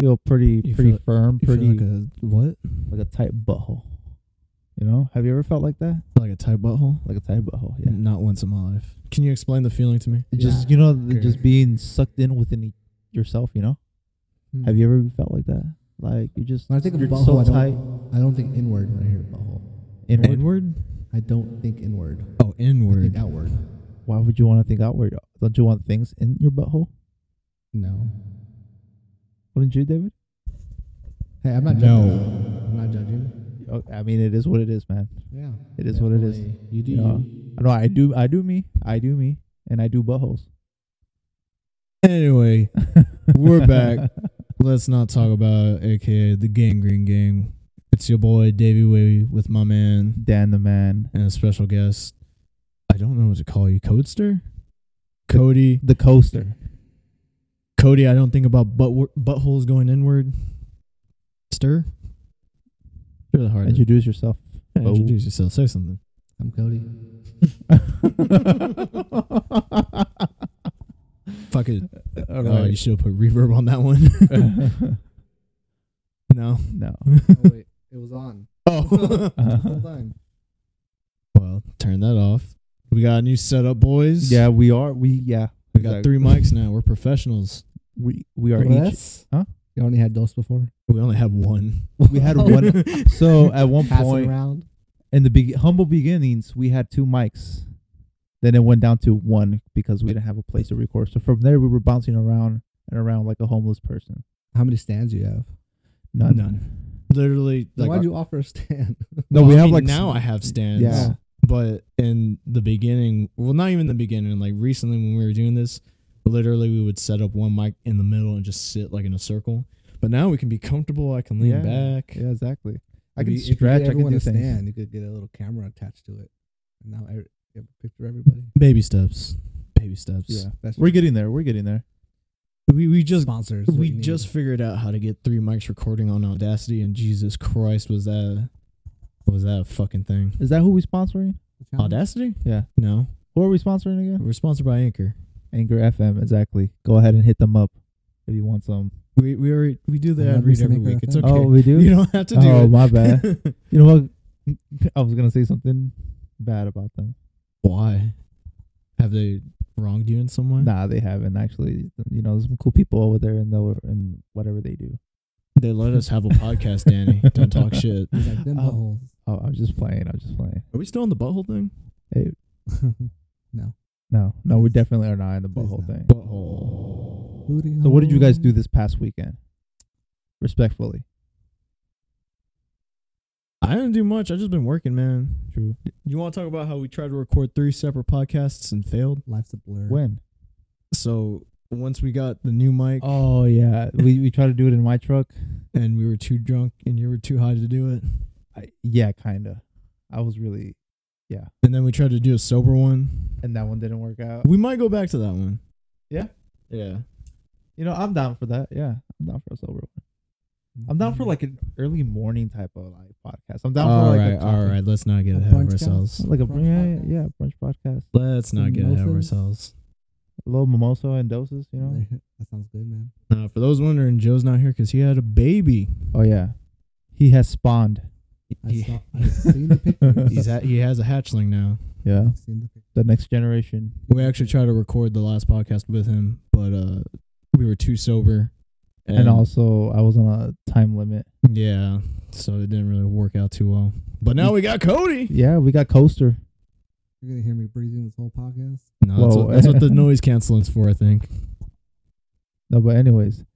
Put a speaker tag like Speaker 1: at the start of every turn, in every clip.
Speaker 1: feel pretty
Speaker 2: You
Speaker 1: pretty
Speaker 2: feel-
Speaker 1: firm,
Speaker 2: You feel
Speaker 1: pretty
Speaker 2: like a what?
Speaker 1: like a tight butthole. You know? Have you ever felt like that?
Speaker 2: Like a tight butthole?
Speaker 1: Like a tight butthole, yeah.
Speaker 2: Not once in my life. Can you explain the feeling to me?
Speaker 1: It Just you know, the- just being sucked in within e- yourself. You know? Have you ever felt like that? Like you're just
Speaker 3: When I think of
Speaker 1: you're
Speaker 3: butthole,
Speaker 1: so
Speaker 3: I, don't,
Speaker 1: tight
Speaker 3: I don't think inward when I hear butthole.
Speaker 1: inward.
Speaker 2: Inward?
Speaker 3: I don't think inward.
Speaker 2: Oh,
Speaker 3: I think
Speaker 2: inward.
Speaker 3: outward.
Speaker 1: Why would you want to think outward? Don't you want things in your butthole?
Speaker 3: No.
Speaker 1: Wouldn't you, David?
Speaker 3: Hey, I'm not
Speaker 2: No.
Speaker 3: judging. I'm not judging.
Speaker 1: Oh, I mean, it is what it is, man.
Speaker 3: Yeah.
Speaker 1: It is what it is.
Speaker 3: Definitely. You do.
Speaker 1: You know?
Speaker 3: you.
Speaker 1: No, I do. I do me. I do me, and I do buttholes.
Speaker 2: Anyway, we're back. Let's not talk about aka the Gang Green Gang. It's your boy Davey Wavy with my man
Speaker 1: Dan the man,
Speaker 2: and a special guest. I don't know what to call you, Codester? Cody.
Speaker 1: the coaster.
Speaker 2: Cody, I don't think about butt buttholes going inward. Stir? Really hard. to-
Speaker 1: Introduce yourself.
Speaker 2: Yeah, introduce yourself. Say something.
Speaker 3: I'm Cody.
Speaker 2: Fuck it.
Speaker 1: All
Speaker 2: Oh, you
Speaker 1: right.
Speaker 2: should have put reverb on that one. no.
Speaker 1: no.
Speaker 3: oh, wait. It was on.
Speaker 2: Oh.
Speaker 3: Hold on.
Speaker 2: well, turn that off. We got a new setup, boys.
Speaker 1: yeah, we are. We yeah.
Speaker 2: We got three mics now. We're professionals.
Speaker 1: We we are each.
Speaker 3: Less?
Speaker 1: huh?
Speaker 3: You only had those before?
Speaker 2: We only have one.
Speaker 1: We had one. So at one
Speaker 3: Pass it
Speaker 1: point
Speaker 3: around?
Speaker 1: in the big humble beginnings, we had two mics. Then it went down to one because we didn't have a place to record. So from there, we were bouncing around and around like a homeless person.
Speaker 3: How many stands you have?
Speaker 1: None.
Speaker 2: None. Literally, like,
Speaker 1: uh,
Speaker 3: Why'd you offer a stand?
Speaker 1: No,
Speaker 2: well,
Speaker 1: we
Speaker 2: I
Speaker 1: have
Speaker 2: mean,
Speaker 1: like
Speaker 2: now.
Speaker 1: s-
Speaker 2: I have stands.
Speaker 1: Yeah.
Speaker 2: But in the beginning, well, not even the beginning. Like recently, when we were doing this, literally we would set up one mic in the middle and just sit like in a circle. But now we can be comfortable. I can lean
Speaker 1: Yeah.
Speaker 2: back.
Speaker 1: Yeah, exactly. I
Speaker 3: If
Speaker 1: can
Speaker 3: you- if you
Speaker 1: stretch.
Speaker 3: gave
Speaker 1: I can
Speaker 3: everyone
Speaker 1: do
Speaker 3: a
Speaker 1: things.
Speaker 3: stand. You could get a little camera attached to it. And now every, you have a picture of everybody.
Speaker 2: Baby steps. Baby steps.
Speaker 1: Yeah,
Speaker 3: That's
Speaker 1: we're getting there. We're getting there.
Speaker 2: We we just
Speaker 3: sponsors. what
Speaker 2: we
Speaker 3: you need.
Speaker 2: just figured out how to get three mics recording on Audacity, and Jesus Christ, was that was that a fucking thing?
Speaker 1: Is that who we sponsoring?
Speaker 2: Audacity?
Speaker 1: Uh-huh. Yeah.
Speaker 2: No,
Speaker 1: Who are we sponsoring again?
Speaker 2: we're sponsored by Anchor.
Speaker 1: Anchor FM. Exactly. Go ahead and hit them up if you want some.
Speaker 2: We we already, we do the
Speaker 3: I'm
Speaker 2: ad
Speaker 3: not
Speaker 2: read every
Speaker 3: listening to
Speaker 2: week. It's
Speaker 3: that.
Speaker 2: okay.
Speaker 1: Oh, we do.
Speaker 2: You don't have to do
Speaker 1: oh,
Speaker 2: it.
Speaker 1: my bad. you know what? I was gonna say something bad about them.
Speaker 2: Why? Have they wronged you in some way?
Speaker 1: Nah, they haven't actually. You know, there's some cool people over there, and they'll and whatever they do.
Speaker 2: They let us have a podcast, Danny. Don't talk shit.
Speaker 3: He's like, them
Speaker 1: Um,
Speaker 3: buttholes.
Speaker 1: Oh, I was just playing. I was just playing.
Speaker 2: Are we still on the butthole thing?
Speaker 1: Hey,
Speaker 3: no.
Speaker 1: no, no, we definitely are not in the
Speaker 3: Please
Speaker 1: butthole
Speaker 3: no.
Speaker 1: thing.
Speaker 2: Butthole.
Speaker 3: Booty
Speaker 1: So, what did you guys
Speaker 3: hole.
Speaker 1: do this past weekend? Respectfully,
Speaker 2: I didn't do much. I just been working, man.
Speaker 1: true.
Speaker 2: You want to talk about how we tried to record three separate podcasts and failed?
Speaker 3: Life's a blur.
Speaker 1: When?
Speaker 2: So once we got the new mic
Speaker 1: Oh yeah, we we tried to do it in my truck.
Speaker 2: and we were too drunk and you were too high to do it.
Speaker 1: I, yeah, kinda. I was really,
Speaker 2: And then we tried to do a sober one.
Speaker 1: and that one didn't work out.
Speaker 2: We might go back to that one.
Speaker 1: Yeah?
Speaker 2: Yeah.
Speaker 1: You know, I'm down for that. Yeah, I'm down for a sober one.
Speaker 3: Mm-hmm.
Speaker 1: I'm down for like an early morning type of like podcast. I'm down
Speaker 2: all
Speaker 1: for like
Speaker 2: right,
Speaker 1: a
Speaker 2: all
Speaker 1: coffee-
Speaker 2: right. Let's not get
Speaker 3: A
Speaker 2: ahead of
Speaker 3: brunch cast?
Speaker 2: ourselves.
Speaker 1: like a
Speaker 3: Brunch
Speaker 1: yeah,
Speaker 3: podcast?
Speaker 1: yeah, yeah, brunch podcast.
Speaker 2: Let's not get ahead of
Speaker 3: Mimosas?
Speaker 2: ourselves.
Speaker 1: A little mimosa and doses, you know.
Speaker 3: that sounds good, man.
Speaker 2: Now, for those wondering, Joe's not here because he had a baby.
Speaker 1: Oh yeah, he has spawned.
Speaker 3: I
Speaker 2: Yeah.
Speaker 3: saw. I seen the pictures.
Speaker 2: He's at, he has a hatchling now.
Speaker 1: Yeah,
Speaker 3: I seen the pictures.
Speaker 1: the next generation.
Speaker 2: We actually tried to record the last podcast with him, but uh, we were too sober,
Speaker 1: And, also, I was on a time limit.
Speaker 2: yeah, so it didn't really work out too well. But now we got Cody.
Speaker 1: Yeah, we got coaster.
Speaker 3: You're gonna hear me breathing this whole podcast.
Speaker 2: No, that's,
Speaker 1: Whoa.
Speaker 2: what, that's what the noise cancelling's for, I think.
Speaker 1: No, but anyways.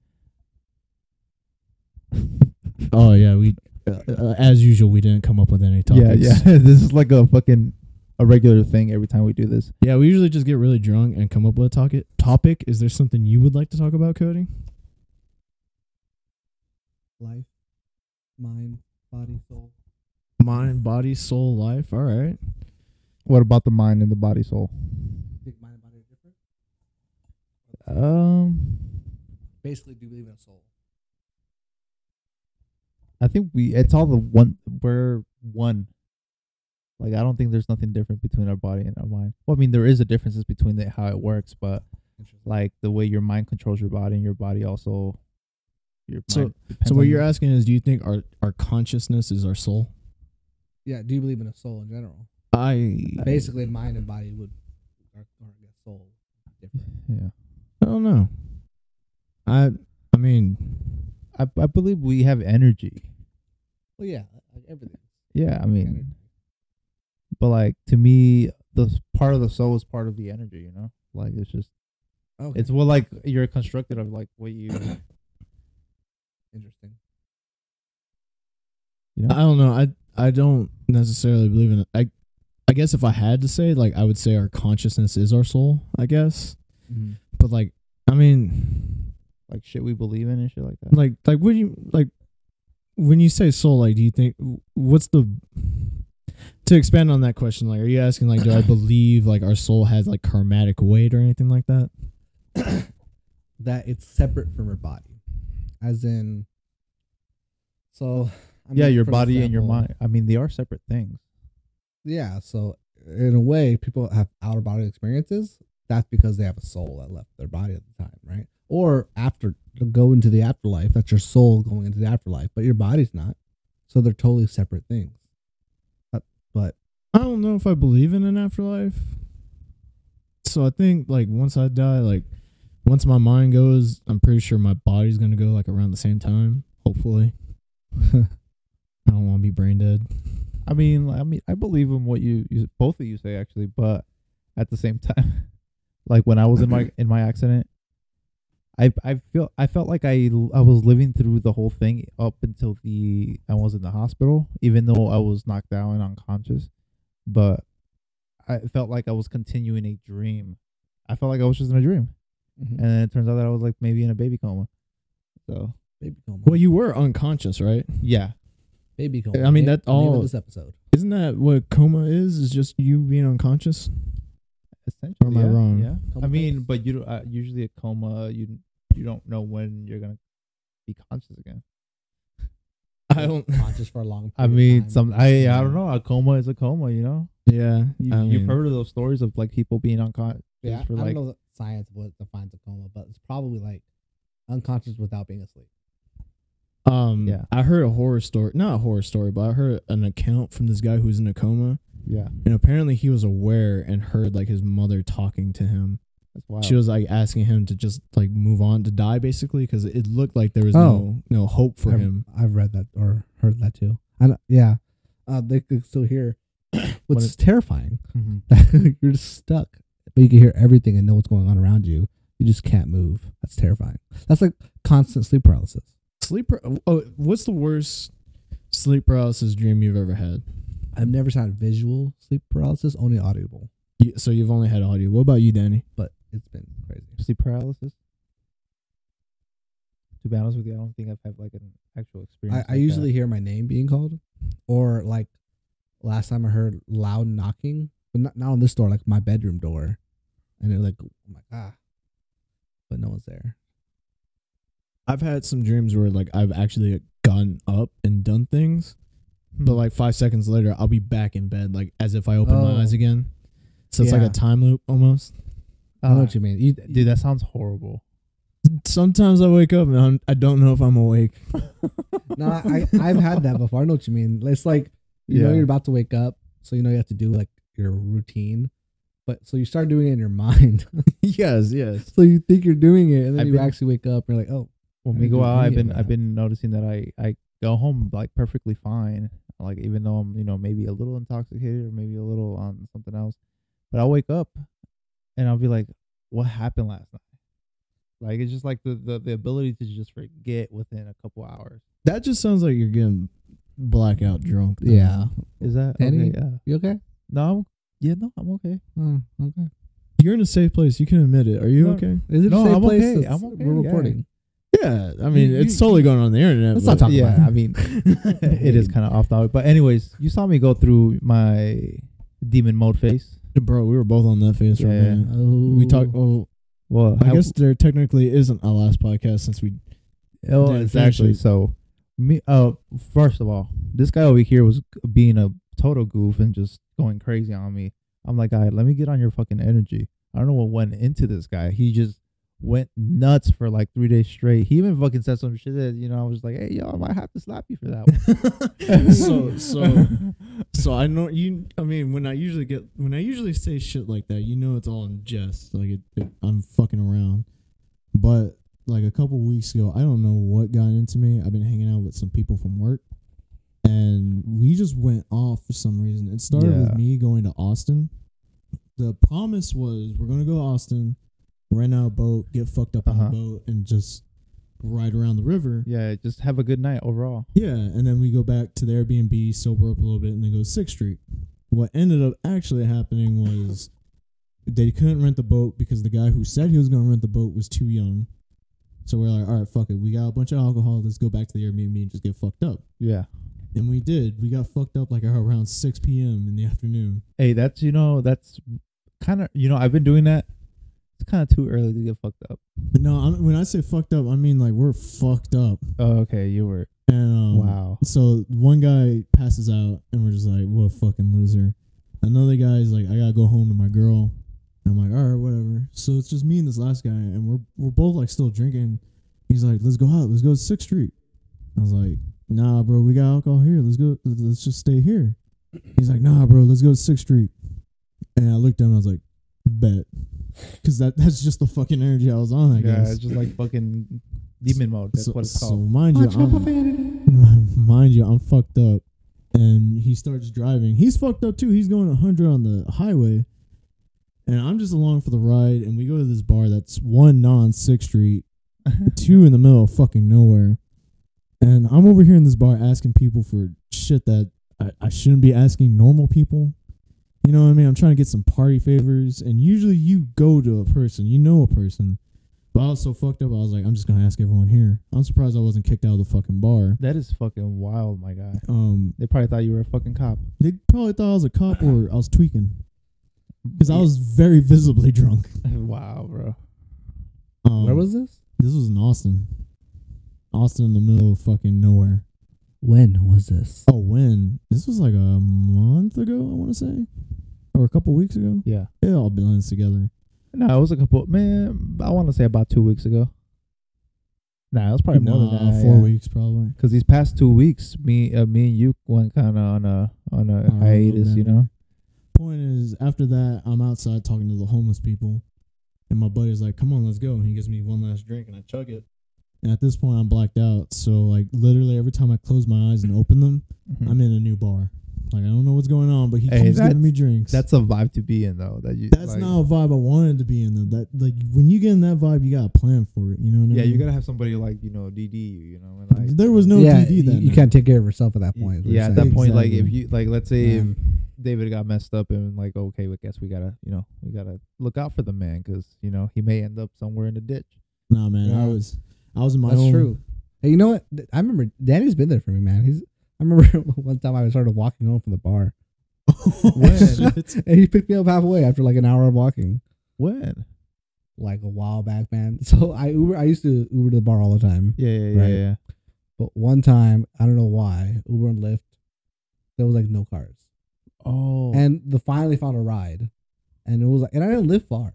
Speaker 2: Oh yeah, we uh, as usual we didn't come up with any topics.
Speaker 1: yeah, yeah. this is like a fucking a regular thing every time we do this.
Speaker 2: Yeah, we usually just get really drunk and come up with a topic. Topic. Is there something you would like to talk about, Cody?
Speaker 3: Life, mind, body, soul.
Speaker 2: Mind, body, soul, life. All right.
Speaker 1: What about the mind and the body, soul?
Speaker 3: Think mind and body are different. Uh.
Speaker 1: Um,
Speaker 3: Basically, do you believe in a soul?
Speaker 1: I think we it's all the one we're one. Like I don't think there's nothing different between our body and our mind. Well, I mean there is a differences between the, how it works, but
Speaker 3: Interesting.
Speaker 1: like the way your mind controls your body and your body also Your
Speaker 2: So-
Speaker 1: mind depends
Speaker 2: so what
Speaker 1: on
Speaker 2: you're
Speaker 1: your-
Speaker 2: asking is, do you think our our consciousness is our soul?
Speaker 3: Yeah. Do you believe in a soul in general?
Speaker 2: I
Speaker 3: Basically, mind and body would are, are the soul. Different.
Speaker 1: Yeah.
Speaker 2: I don't know. I I mean,
Speaker 1: I I believe we have energy.
Speaker 3: Well, yeah, like everything.
Speaker 1: Yeah, I mean,
Speaker 3: Energy.
Speaker 1: but like to me, the s- part of the soul is part of the energy. You know, like it's just
Speaker 3: Okay.
Speaker 1: it's what like you're constructed of, like what you
Speaker 3: interesting.
Speaker 1: you know.
Speaker 2: I don't know. I I don't necessarily believe in it. I I guess if I had to say, like, I would say our consciousness is our soul. I guess,
Speaker 3: Mm-hmm.
Speaker 2: but like, I mean,
Speaker 1: like shit we believe in and shit like that.
Speaker 2: like like when you like when you say soul like do you think what's the to expand on that question like are you asking like do i believe like our soul has like karmatic weight or anything like that
Speaker 3: That it's separate from her body, as in. So. I
Speaker 1: yeah,
Speaker 3: mean,
Speaker 1: your
Speaker 3: for
Speaker 1: body and your
Speaker 3: example-
Speaker 1: mind. I mean, they are separate things.
Speaker 3: Yeah. So in a way, people have outer body experiences. That's because they have a soul that left their body at the time, right? Or after to go into the afterlife, that's your soul going into the afterlife, but your body's not. So they're totally separate things. But, but
Speaker 2: i don't know if i believe in an afterlife so i think like once i die like once my mind goes i'm pretty sure my body's gonna go like around the same time hopefully i don't want to be brain dead
Speaker 1: I mean, like, I mean, I believe in what you, you both of you say actually, but at the same time, like when I was in my in my accident, I I feel I felt like I l- I was living through the whole thing up until the I was in the hospital, even though I was knocked out and unconscious, but I felt like I was continuing a dream. I felt like I was just in a dream, and then it turns out that I was like maybe in a baby coma. So
Speaker 3: baby coma.
Speaker 2: well you were unconscious right
Speaker 1: yeah,
Speaker 3: baby coma.
Speaker 2: I mean,
Speaker 3: name-
Speaker 2: that
Speaker 3: the name of
Speaker 2: all-
Speaker 3: this episode.
Speaker 2: isn't that what coma is is just you being unconscious
Speaker 1: essentially.
Speaker 2: Or am I
Speaker 1: yeah,
Speaker 2: wrong?
Speaker 1: Yeah. I
Speaker 3: Coma
Speaker 1: mean,
Speaker 3: phase.
Speaker 1: but you don't- uh, usually a coma, you you don't know when you're gonna be conscious again.
Speaker 2: I don't.
Speaker 3: conscious for a long.
Speaker 1: I
Speaker 3: period of
Speaker 1: mean,
Speaker 3: time.
Speaker 1: some I I don't know. A coma is a coma, you know.
Speaker 2: Yeah,
Speaker 1: You,
Speaker 2: I
Speaker 1: you've
Speaker 2: mean,
Speaker 1: heard of those stories of like people being unconscious
Speaker 3: Yeah,
Speaker 1: for
Speaker 3: I
Speaker 1: like
Speaker 3: don't know the science of what defines a coma, but it's probably like unconscious without being asleep.
Speaker 2: Um,
Speaker 1: Yeah.
Speaker 2: I heard a horror story. Not a horror story, but I heard an account from this guy who was in a coma,
Speaker 1: yeah.
Speaker 2: and apparently he was aware and heard like his mother talking to him.
Speaker 1: That's wild.
Speaker 2: She was like asking him to just like move on to die, basically, because it looked like there was
Speaker 3: Oh.
Speaker 2: no no hope for
Speaker 3: I've,
Speaker 2: him.
Speaker 3: I've read that or heard that too. I don't, yeah, uh, they could still hear. What's
Speaker 2: is-
Speaker 3: terrifying?
Speaker 1: Mhm.
Speaker 3: You're just stuck, but you can hear everything and know what's going on around you. You just can't move. That's terrifying. That's like constant sleep paralysis.
Speaker 2: Sleep. par- Oh, what's the worst sleep paralysis dream you've ever had?
Speaker 3: I've never had visual sleep paralysis, only audible,
Speaker 2: You, so you've only had audio. What about you, Danny?
Speaker 3: but it's been crazy.
Speaker 1: Sleep paralysis. To be honest with you, I don't think I've had like an actual
Speaker 3: I,
Speaker 1: experience.
Speaker 3: I
Speaker 1: like that.
Speaker 3: usually hear my name being called, or like last time I heard loud knocking, but not, not on this door, like my bedroom door, and it like I'm like ah, but no one's there.
Speaker 2: I've had some dreams where like I've actually gotten up and done things,
Speaker 1: Hmm.
Speaker 2: but like five seconds later, I'll be back in bed, like as if I opened my
Speaker 3: Oh.
Speaker 2: eyes again. So it's like
Speaker 3: Yeah.
Speaker 2: a time loop almost.
Speaker 3: I know
Speaker 1: Ah,
Speaker 3: what you mean. You,
Speaker 1: dude, that sounds horrible.
Speaker 2: Sometimes I wake up and I'm, I don't know if I'm awake.
Speaker 3: no, I, I I've had that before. I know what you mean. It's like you know
Speaker 1: Yeah.
Speaker 3: you're about to wake up, so you know you have to do like your routine, but so you start doing it in your mind.
Speaker 2: yes, yes.
Speaker 3: so you think you're doing it, and then
Speaker 1: I've
Speaker 3: you
Speaker 1: been-
Speaker 3: actually wake up. and You're like, oh,
Speaker 1: when
Speaker 3: I
Speaker 1: we go
Speaker 3: didn't do
Speaker 1: out, I've
Speaker 3: any of
Speaker 1: been I've
Speaker 3: that.
Speaker 1: been noticing that I I go home like perfectly fine, like even though I'm you know maybe a little intoxicated or maybe a little on something else, but I'll wake up and I'll be like, what happened last night? Like it's just like the the, the ability to just forget within a couple hours.
Speaker 2: That just sounds like you're getting blackout drunk. though.
Speaker 3: Yeah.
Speaker 1: Is that
Speaker 3: Danny?
Speaker 1: okay? Yeah.
Speaker 3: you okay?
Speaker 1: No, I'm, yeah, no, I'm okay.
Speaker 3: Oh, okay.
Speaker 2: You're in a safe place. You can admit it. Are you
Speaker 1: No.
Speaker 2: okay?
Speaker 3: Is it
Speaker 1: No,
Speaker 3: the same
Speaker 1: I'm
Speaker 3: place?
Speaker 1: okay.
Speaker 3: that's-
Speaker 1: I'm okay,
Speaker 3: We're
Speaker 1: yeah.
Speaker 3: recording.
Speaker 2: Yeah. I mean,
Speaker 1: You-
Speaker 2: it's
Speaker 1: you-
Speaker 2: totally going on the internet.
Speaker 3: Let's not
Speaker 2: but-
Speaker 3: talk
Speaker 1: yeah,
Speaker 3: about
Speaker 1: I
Speaker 3: it.
Speaker 1: mean, it is kind of off topic. But anyways, you saw me go through my demon mode phase.
Speaker 2: Bro, we were both on that phase right
Speaker 1: Yeah.
Speaker 2: now.
Speaker 3: Oh,
Speaker 2: We talked. Well,
Speaker 1: Well,
Speaker 2: I
Speaker 1: how-
Speaker 2: guess there technically isn't a last podcast since we
Speaker 1: Oh,
Speaker 2: Didn't finish
Speaker 1: exactly.
Speaker 2: it.
Speaker 1: So, me. Uh, first of all, this guy over here was g- being a total goof and just going crazy on me. I'm like, all right, let me get on your fucking energy. I don't know what went into this guy. He just went nuts for like three days straight. He even fucking said some shit that you know I was like, hey yo, I might have to slap you for that one.
Speaker 2: so so so I know you. I mean, when I usually get when I usually say shit like that, you know, it's all in jest. Like it, it, I'm fucking around. But like a couple weeks ago, I don't know what got into me. I've been hanging out with some people from work, and we just went off for some reason. It started
Speaker 1: Yeah.
Speaker 2: with me going to Austin. The promise was we're gonna go to Austin, rent out a boat, get fucked up
Speaker 1: Uh-huh.
Speaker 2: on a boat, and just ride around the river.
Speaker 1: yeah, just have a good night overall.
Speaker 2: Yeah, and then we go back to the Airbnb, sober up a little bit, and then go to Sixth Street. What ended up actually happening was they couldn't rent the boat because the guy who said he was going to rent the boat was too young. So we're like, all right, fuck it. We got a bunch of alcohol. Let's go back to the Airbnb and just get fucked up.
Speaker 1: Yeah.
Speaker 2: And we did. We got fucked up like around 6 p.m. in the afternoon.
Speaker 1: Hey, that's you know that's kind of you know I've been doing that. It's kind of too early to get fucked up.
Speaker 2: But no, I'm, when I say fucked up, I mean like we're fucked up.
Speaker 1: Oh, okay, you were
Speaker 2: And um,
Speaker 1: wow.
Speaker 2: So one guy passes out, and we're just like, "What a fucking loser." Another guy's like, "I gotta go home to my girl." I'm like, "All right, whatever." So it's just me and this last guy, and we're we're both like still drinking. He's like, "Let's go out. Let's go to Sixth Street." I was like, "Nah, bro, we got alcohol here. Let's go. Let's just stay here." He's like, "Nah, bro, let's go to Sixth Street." And I looked at him. I was like, "Bet," because that that's just the fucking energy I was on. I
Speaker 1: yeah,
Speaker 2: guess.
Speaker 1: it's just like fucking demon mode. That's
Speaker 2: so,
Speaker 1: what it's
Speaker 2: so
Speaker 1: called.
Speaker 2: mind you, I'm- mind you, I'm fucked up. And he starts driving. He's fucked up too. He's going 100 on the highway. And I'm just along for the ride. And we go to this bar that's one non 6th Street, two in the middle of fucking nowhere. And I'm over here in this bar asking people for shit that I, I shouldn't be asking normal people. You know what I mean? I'm trying to get some party favors. And usually you go to a person, you know a person. But I was so fucked up, I was like, I'm just going to ask everyone here. I'm surprised I wasn't kicked out of the fucking bar.
Speaker 1: that is fucking wild, my guy.
Speaker 2: Um,
Speaker 1: They probably thought you were a fucking cop.
Speaker 2: they probably thought I was a cop or I was tweaking because I was very visibly drunk.
Speaker 1: wow, bro.
Speaker 2: Um,
Speaker 3: Where Oh. was this?
Speaker 2: this? Was in Austin, Austin in the middle of fucking nowhere.
Speaker 3: When was this?
Speaker 2: Oh, when this was like a month ago, I want to say, or a couple weeks ago.
Speaker 1: Yeah.
Speaker 2: It all blends together.
Speaker 1: No, it was a couple. Man, I want to say about two weeks ago. Nah, it was probably more than
Speaker 2: Nah,
Speaker 1: that.
Speaker 2: four
Speaker 1: yeah.
Speaker 2: weeks probably.
Speaker 1: Because these past two weeks, me, uh, me and you went kind of on a on a
Speaker 2: don't
Speaker 1: hiatus, you
Speaker 2: remember.
Speaker 1: know.
Speaker 2: Point is, after that, I'm outside talking to the homeless people, and my buddy's like, "Come on, let's go." And he gives me one last drink, and I chug it. And at this point, I'm blacked out. So, like, literally every time I close my eyes and open them,
Speaker 1: Mhm.
Speaker 2: I'm in a new bar. Like I don't know what's going on, but he
Speaker 1: Hey,
Speaker 2: keeps
Speaker 1: that's-
Speaker 2: giving me drinks.
Speaker 1: that's a vibe to be in, though. That you.
Speaker 2: that's
Speaker 1: like-
Speaker 2: not a vibe I wanted to be in. Though. That like when you get in that vibe, you got a plan for it. You know what I mean?
Speaker 1: Yeah, you gotta have somebody like you know DD you, you know. And like,
Speaker 2: There was no
Speaker 3: yeah,
Speaker 2: DD
Speaker 3: you,
Speaker 2: then.
Speaker 3: you can't take care of yourself at that point. is what
Speaker 1: yeah,
Speaker 3: you're
Speaker 1: at that
Speaker 3: saying.
Speaker 1: point, like if
Speaker 2: Exactly.
Speaker 1: you like, let's say if
Speaker 3: Um,
Speaker 1: David got messed up and like, okay, I guess we gotta, you know, we gotta look out for the man because you know he may end up somewhere in the ditch.
Speaker 2: Nah, man. I
Speaker 3: Yeah.
Speaker 2: was, I was in my
Speaker 3: That's
Speaker 1: Um,
Speaker 2: own.
Speaker 3: true. Hey, you know what? Th- I remember Danny's been there for me, man. He's I remember one time I started walking home from the bar,
Speaker 1: When?
Speaker 2: Shit.
Speaker 3: and he picked me up halfway after like an hour of walking,
Speaker 1: When?
Speaker 3: like a while back, man. So I Uber. I used to Uber to the bar all the time,
Speaker 1: Yeah, yeah, yeah,
Speaker 3: Right.
Speaker 1: yeah.
Speaker 3: but one time I don't know why Uber and Lyft, there was like no cars,
Speaker 1: Oh,
Speaker 3: and the finally found a ride, and it was like, and I didn't live far,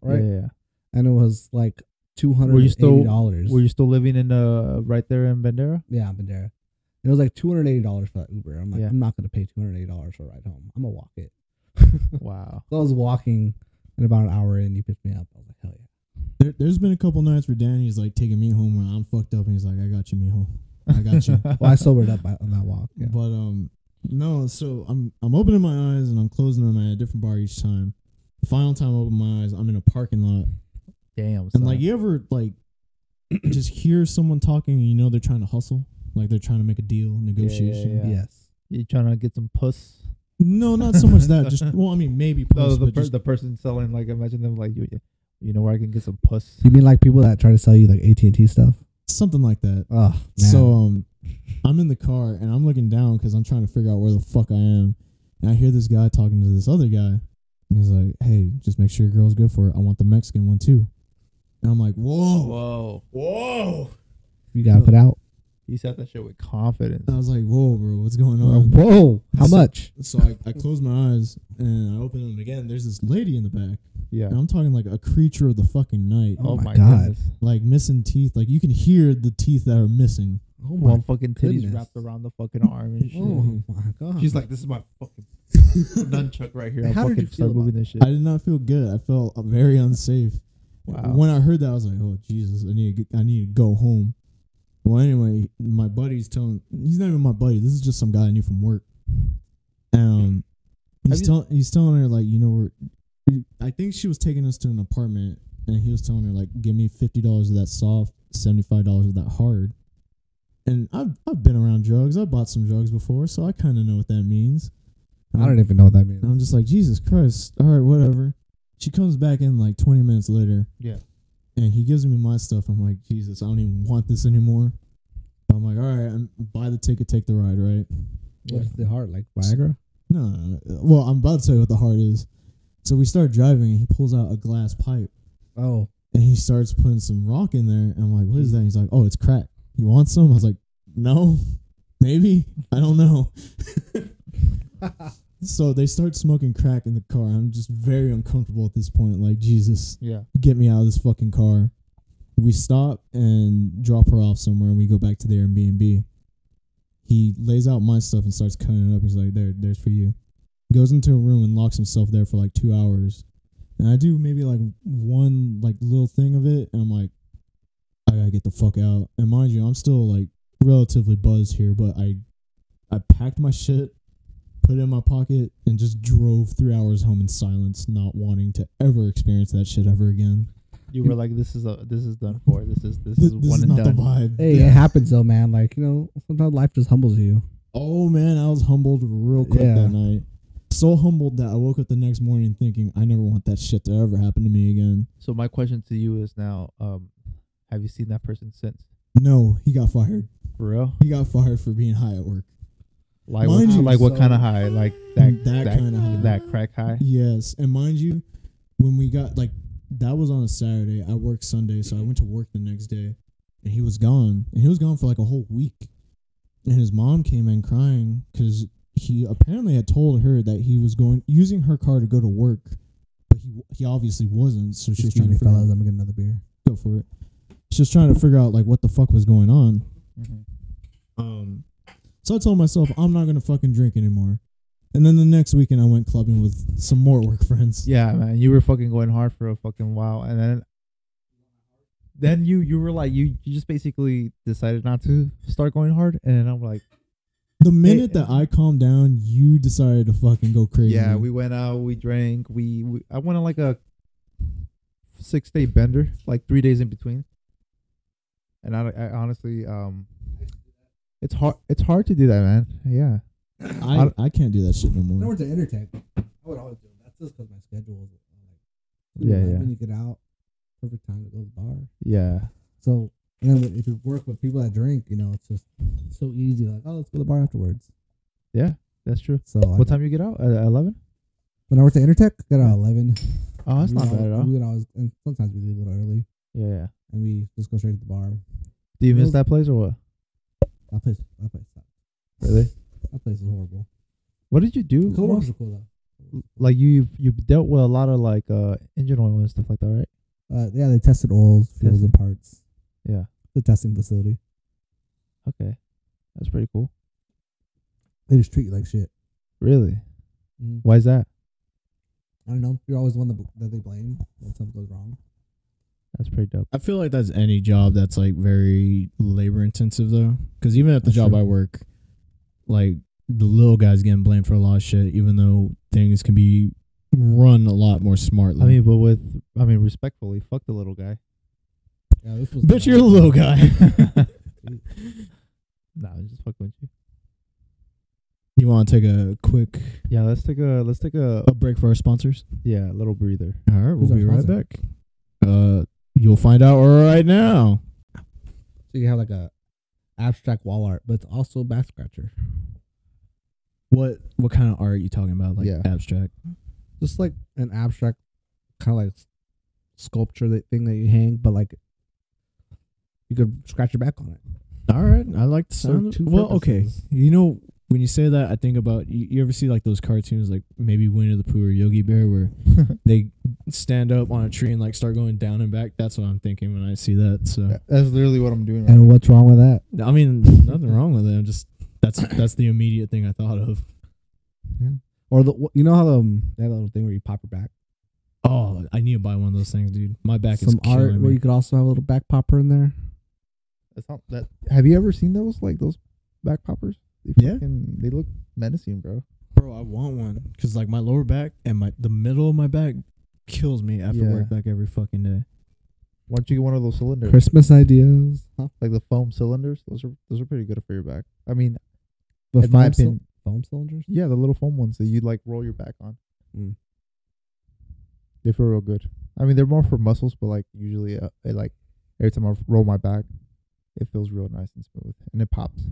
Speaker 3: right?
Speaker 1: Yeah, yeah.
Speaker 3: And it was like two
Speaker 1: Were
Speaker 3: hundred
Speaker 1: you
Speaker 3: eighty
Speaker 1: still-
Speaker 3: dollars.
Speaker 1: Were you still living in uh right there in Bandera?
Speaker 3: Yeah, I've been there. It was like two hundred eighty dollars for that Uber. I'm like,
Speaker 1: Yeah.
Speaker 3: I'm not gonna pay two hundred eighty dollars for a ride home. I'm gonna walk it.
Speaker 1: Wow.
Speaker 3: So I was walking, and about an hour in, you picked me up. I was like, hell yeah.
Speaker 2: There, there's been a couple nights where Danny's like taking me home when I'm fucked up, and he's like, "I got you, mijo. I got you."
Speaker 3: Well, I sobered up by- on that walk. Yeah.
Speaker 2: But um, no. So I'm I'm opening my eyes and I'm closing them at a different bar each time. Final time I open my eyes, I'm in a parking lot
Speaker 1: Damn. Son.
Speaker 2: And like you ever like just hear someone talking and you know they're trying to hustle, like they're trying to make a deal, negotiation.
Speaker 1: Yeah.
Speaker 3: Yes.
Speaker 1: you trying to get some puss?
Speaker 2: No, not so much that. Just well, I mean maybe
Speaker 1: No,
Speaker 2: post,
Speaker 1: the
Speaker 2: but
Speaker 1: per-
Speaker 2: just,
Speaker 1: the person selling like imagine them like you, you know where I can get some puss.
Speaker 3: You mean like people that try to sell you like AT and T stuff?
Speaker 2: something like that.
Speaker 3: Oh man.
Speaker 2: So um, I'm in the car and I'm looking down because I'm trying to figure out where the fuck I am, and I hear this guy talking to this other guy. He's like, "Hey, just make sure your girl's good for it. I want the Mexican one too." And I'm like, "Whoa,
Speaker 1: Whoa.
Speaker 2: whoa!"
Speaker 3: you gotta put out.
Speaker 1: He said that shit with confidence.
Speaker 2: I was like, whoa, bro, what's going on?
Speaker 3: Whoa, how
Speaker 2: uh, So-
Speaker 3: much?
Speaker 2: So I, I closed my eyes and I opened them again. There's this lady in the back.
Speaker 1: Yeah.
Speaker 2: And I'm talking like a creature of the fucking night.
Speaker 1: Oh,
Speaker 3: my
Speaker 1: my
Speaker 3: God.
Speaker 1: goodness.
Speaker 2: Like missing teeth. Like you can hear the teeth that are missing.
Speaker 3: Oh
Speaker 1: One fucking titties
Speaker 3: goodness.
Speaker 1: wrapped around the fucking arm and shit.
Speaker 3: Oh my god.
Speaker 1: She's like, this is my fucking nunchuck right here. I'll
Speaker 3: How did
Speaker 1: fucking
Speaker 3: you feel
Speaker 1: start moving this shit.
Speaker 2: I did not feel good. I felt uh, very unsafe.
Speaker 1: Wow.
Speaker 2: When I heard that, I was like, "Oh Jesus, I need to get, I need to go home." Well, anyway, my buddy's telling. He's not even my buddy. This is just some guy I knew from work. Um,
Speaker 1: Have
Speaker 2: he's
Speaker 1: you-
Speaker 2: telling he's telling her like, you know, we're. I think she was taking us to an apartment, and he was telling her like, "Give me fifty dollars of that soft, seventy five dollars of that hard." And I've I've been around drugs. I bought some drugs before, so I kind of know what that means.
Speaker 3: I don't even know what that means.
Speaker 2: And I'm just like, Jesus Christ. All right, whatever. She comes back in like 20 minutes later.
Speaker 1: Yeah.
Speaker 2: And he gives me my stuff. I'm like, Jesus, I don't even want this anymore. I'm like, all right, I'm buy the ticket, take the ride, right?
Speaker 1: Yeah.
Speaker 3: What's the heart like Viagra?
Speaker 2: No, no, no. Well, I'm about to tell you what the heart is. So we start driving, and he pulls out a glass pipe
Speaker 3: Oh,
Speaker 2: and he starts putting some rock in there. And I'm like, what is that? he's like, oh, it's crack. You want some? I was like, no, maybe. I don't know. so they start smoking crack in the car. I'm just very uncomfortable at this point. Like, Jesus,
Speaker 1: Yeah.
Speaker 2: get me out of this fucking car. We stop and drop her off somewhere, and we go back to the Airbnb. He lays out my stuff and starts cutting it up. He's like, "There, there's for you." Goes into a room and locks himself there for like two hours. And I do maybe like one like little thing of it, and I'm like, I gotta get the fuck out. And mind you, I'm still like relatively buzzed here, but I, I packed my shit, put it in my pocket, and just drove three hours home in silence, not wanting to ever experience that shit ever again.
Speaker 1: You were like, this is a this is done for. This is this
Speaker 2: This,
Speaker 1: is
Speaker 2: this
Speaker 1: one
Speaker 2: is
Speaker 1: and
Speaker 2: not
Speaker 1: done.
Speaker 2: the vibe.
Speaker 3: hey, it happens though, man. Like you know, sometimes life just humbles you.
Speaker 2: Oh man, I was humbled real quick
Speaker 3: Yeah.
Speaker 2: that night. So humbled that I woke up the next morning thinking, I never want that shit to ever happen to me again.
Speaker 1: So my question to you is now, um, have you seen that person since?
Speaker 2: No, he got fired.
Speaker 1: For real?
Speaker 2: He got fired for being high at work.
Speaker 1: Like
Speaker 2: Mind
Speaker 1: what,
Speaker 2: you,
Speaker 1: like what
Speaker 2: so-
Speaker 1: kind of high? Like that
Speaker 2: That kinda high.
Speaker 1: that crack high?
Speaker 2: Yes, and mind you, when we got like that was on a Saturday. I worked Sunday, so I went to work the next day, and he was gone. And he was gone for like a whole week. And his mom came in crying because he apparently had told her that he was going using her car to go to work, but he he obviously wasn't. So she was
Speaker 3: Excuse
Speaker 2: trying
Speaker 3: me,
Speaker 2: to figure
Speaker 3: fellas. I'm
Speaker 2: out,
Speaker 3: gonna get another beer.
Speaker 2: go for it. She was trying to figure out like what the fuck was going on.
Speaker 1: Mhm.
Speaker 2: Um, so I told myself I'm not gonna fucking drink anymore. And then the next weekend I went clubbing with some more work friends.
Speaker 1: Yeah, man, you were fucking going hard for a fucking while, and then then you you were like you you just basically decided not to start going hard, and I'm like,
Speaker 2: The minute
Speaker 1: It-
Speaker 2: that I calmed down, you decided to fucking go crazy.
Speaker 1: yeah, we went out, we drank, we, we I went on like a six day bender, like three days in between, and I, I honestly um, it's hard it's hard to do that, man. Yeah,
Speaker 2: I, I can't do that shit no
Speaker 3: I
Speaker 2: more.
Speaker 1: Mm.
Speaker 3: went to Entertech. I would always do. it. That's just because my schedule is like,
Speaker 1: Yeah, yeah.
Speaker 3: When you get out, perfect time to go to the bar.
Speaker 1: yeah,
Speaker 3: So and then if you work with people that drink, you know, it's just so easy. Like, oh, let's go to the bar afterwards.
Speaker 1: that's true.
Speaker 3: So
Speaker 1: What
Speaker 3: I,
Speaker 1: time you get out? At eleven?
Speaker 3: when I worked at Intertech, got out at eleven.
Speaker 1: Oh, that's
Speaker 3: We
Speaker 1: not
Speaker 3: would
Speaker 1: bad at
Speaker 3: al-
Speaker 1: all.
Speaker 3: We would always and sometimes we leave a little early
Speaker 1: Yeah, yeah.
Speaker 3: and we just go straight to the bar.
Speaker 1: Do you miss
Speaker 3: Those-
Speaker 1: that place or what?
Speaker 3: That place, that place, sucked.
Speaker 1: Really?
Speaker 3: that place is horrible.
Speaker 1: What did you do?
Speaker 3: The coworkers are cool
Speaker 1: like you you dealt with a lot of like uh engine oil and stuff like that, right?
Speaker 3: though. Uh, yeah, they tested oils, fuels, and parts.
Speaker 1: Yeah.
Speaker 3: The testing facility.
Speaker 1: Okay, that's pretty cool.
Speaker 3: They just treat you like shit.
Speaker 1: Really?
Speaker 3: Mm.
Speaker 1: Why is that?
Speaker 3: I don't know. You're always the one that, that they blame when something goes wrong.
Speaker 1: That's pretty dope.
Speaker 2: I feel like that's any job that's like very labor intensive though, because even at the
Speaker 1: That's
Speaker 2: job
Speaker 1: true.
Speaker 2: I work, like the little guy's getting blamed for a lot of shit, even though things can be run a lot more smartly.
Speaker 1: I mean, but with I mean respectfully, fuck the little guy.
Speaker 3: Yeah, this was.
Speaker 2: bitch, you're a little guy.
Speaker 1: Nah, I'm just fucking with you.
Speaker 2: you want to take a quick
Speaker 1: Yeah, let's take a let's take a
Speaker 2: a break for our sponsors?
Speaker 1: yeah little breather.
Speaker 2: All right,
Speaker 3: Who's
Speaker 2: we'll
Speaker 3: our
Speaker 2: be right
Speaker 3: sponsor?
Speaker 2: back. Uh, you'll find out right now.
Speaker 3: So you have like a abstract wall art, but it's also a back scratcher.
Speaker 2: What what kind of art you talking about? Like
Speaker 3: Yeah.
Speaker 2: abstract.
Speaker 3: Just like an abstract kind of like s- sculpture that thing that you hang, but like you could scratch your back on it.
Speaker 2: All right, I like the
Speaker 3: Serve
Speaker 2: sound. of-
Speaker 3: two
Speaker 2: well, okay,
Speaker 3: purposes.
Speaker 2: you know when you say that, I think about you, you. ever see like those cartoons, like maybe Winnie the Pooh or Yogi Bear, where they stand up on a tree and like start going down and back. That's what I'm thinking when I see that. So
Speaker 1: That's literally what I'm doing. Right
Speaker 3: And what's wrong with that?
Speaker 2: I mean, nothing wrong with it. I'm just that's that's the immediate thing I thought of.
Speaker 3: Or the you know how the, um, that little thing where you pop your back,
Speaker 2: Oh, I need to buy one of those things, dude. My back is
Speaker 3: some art
Speaker 2: killing
Speaker 3: where
Speaker 2: me.
Speaker 3: you could also have a little back popper in there.
Speaker 1: That's not that. Have you ever seen those like those back poppers? They
Speaker 2: Yeah.
Speaker 1: fucking- they look menacing, bro.
Speaker 2: Bro, I want one because like my lower back and my the middle of my back kills me after
Speaker 1: Yeah.
Speaker 2: work like every fucking day.
Speaker 1: Why don't you get one of those cylinders,
Speaker 3: Christmas ideas. Huh?
Speaker 1: like the foam cylinders? Those are those are pretty good for your back. I mean,
Speaker 3: The
Speaker 1: in my
Speaker 3: foam, sil-
Speaker 1: opinion,
Speaker 3: foam cylinders.
Speaker 1: yeah, the little foam ones that you like roll your back on.
Speaker 3: Mm.
Speaker 1: They feel real good. I mean, they're more for muscles, but like usually, uh, it, like every time I roll my back, it feels real nice and smooth, and it pops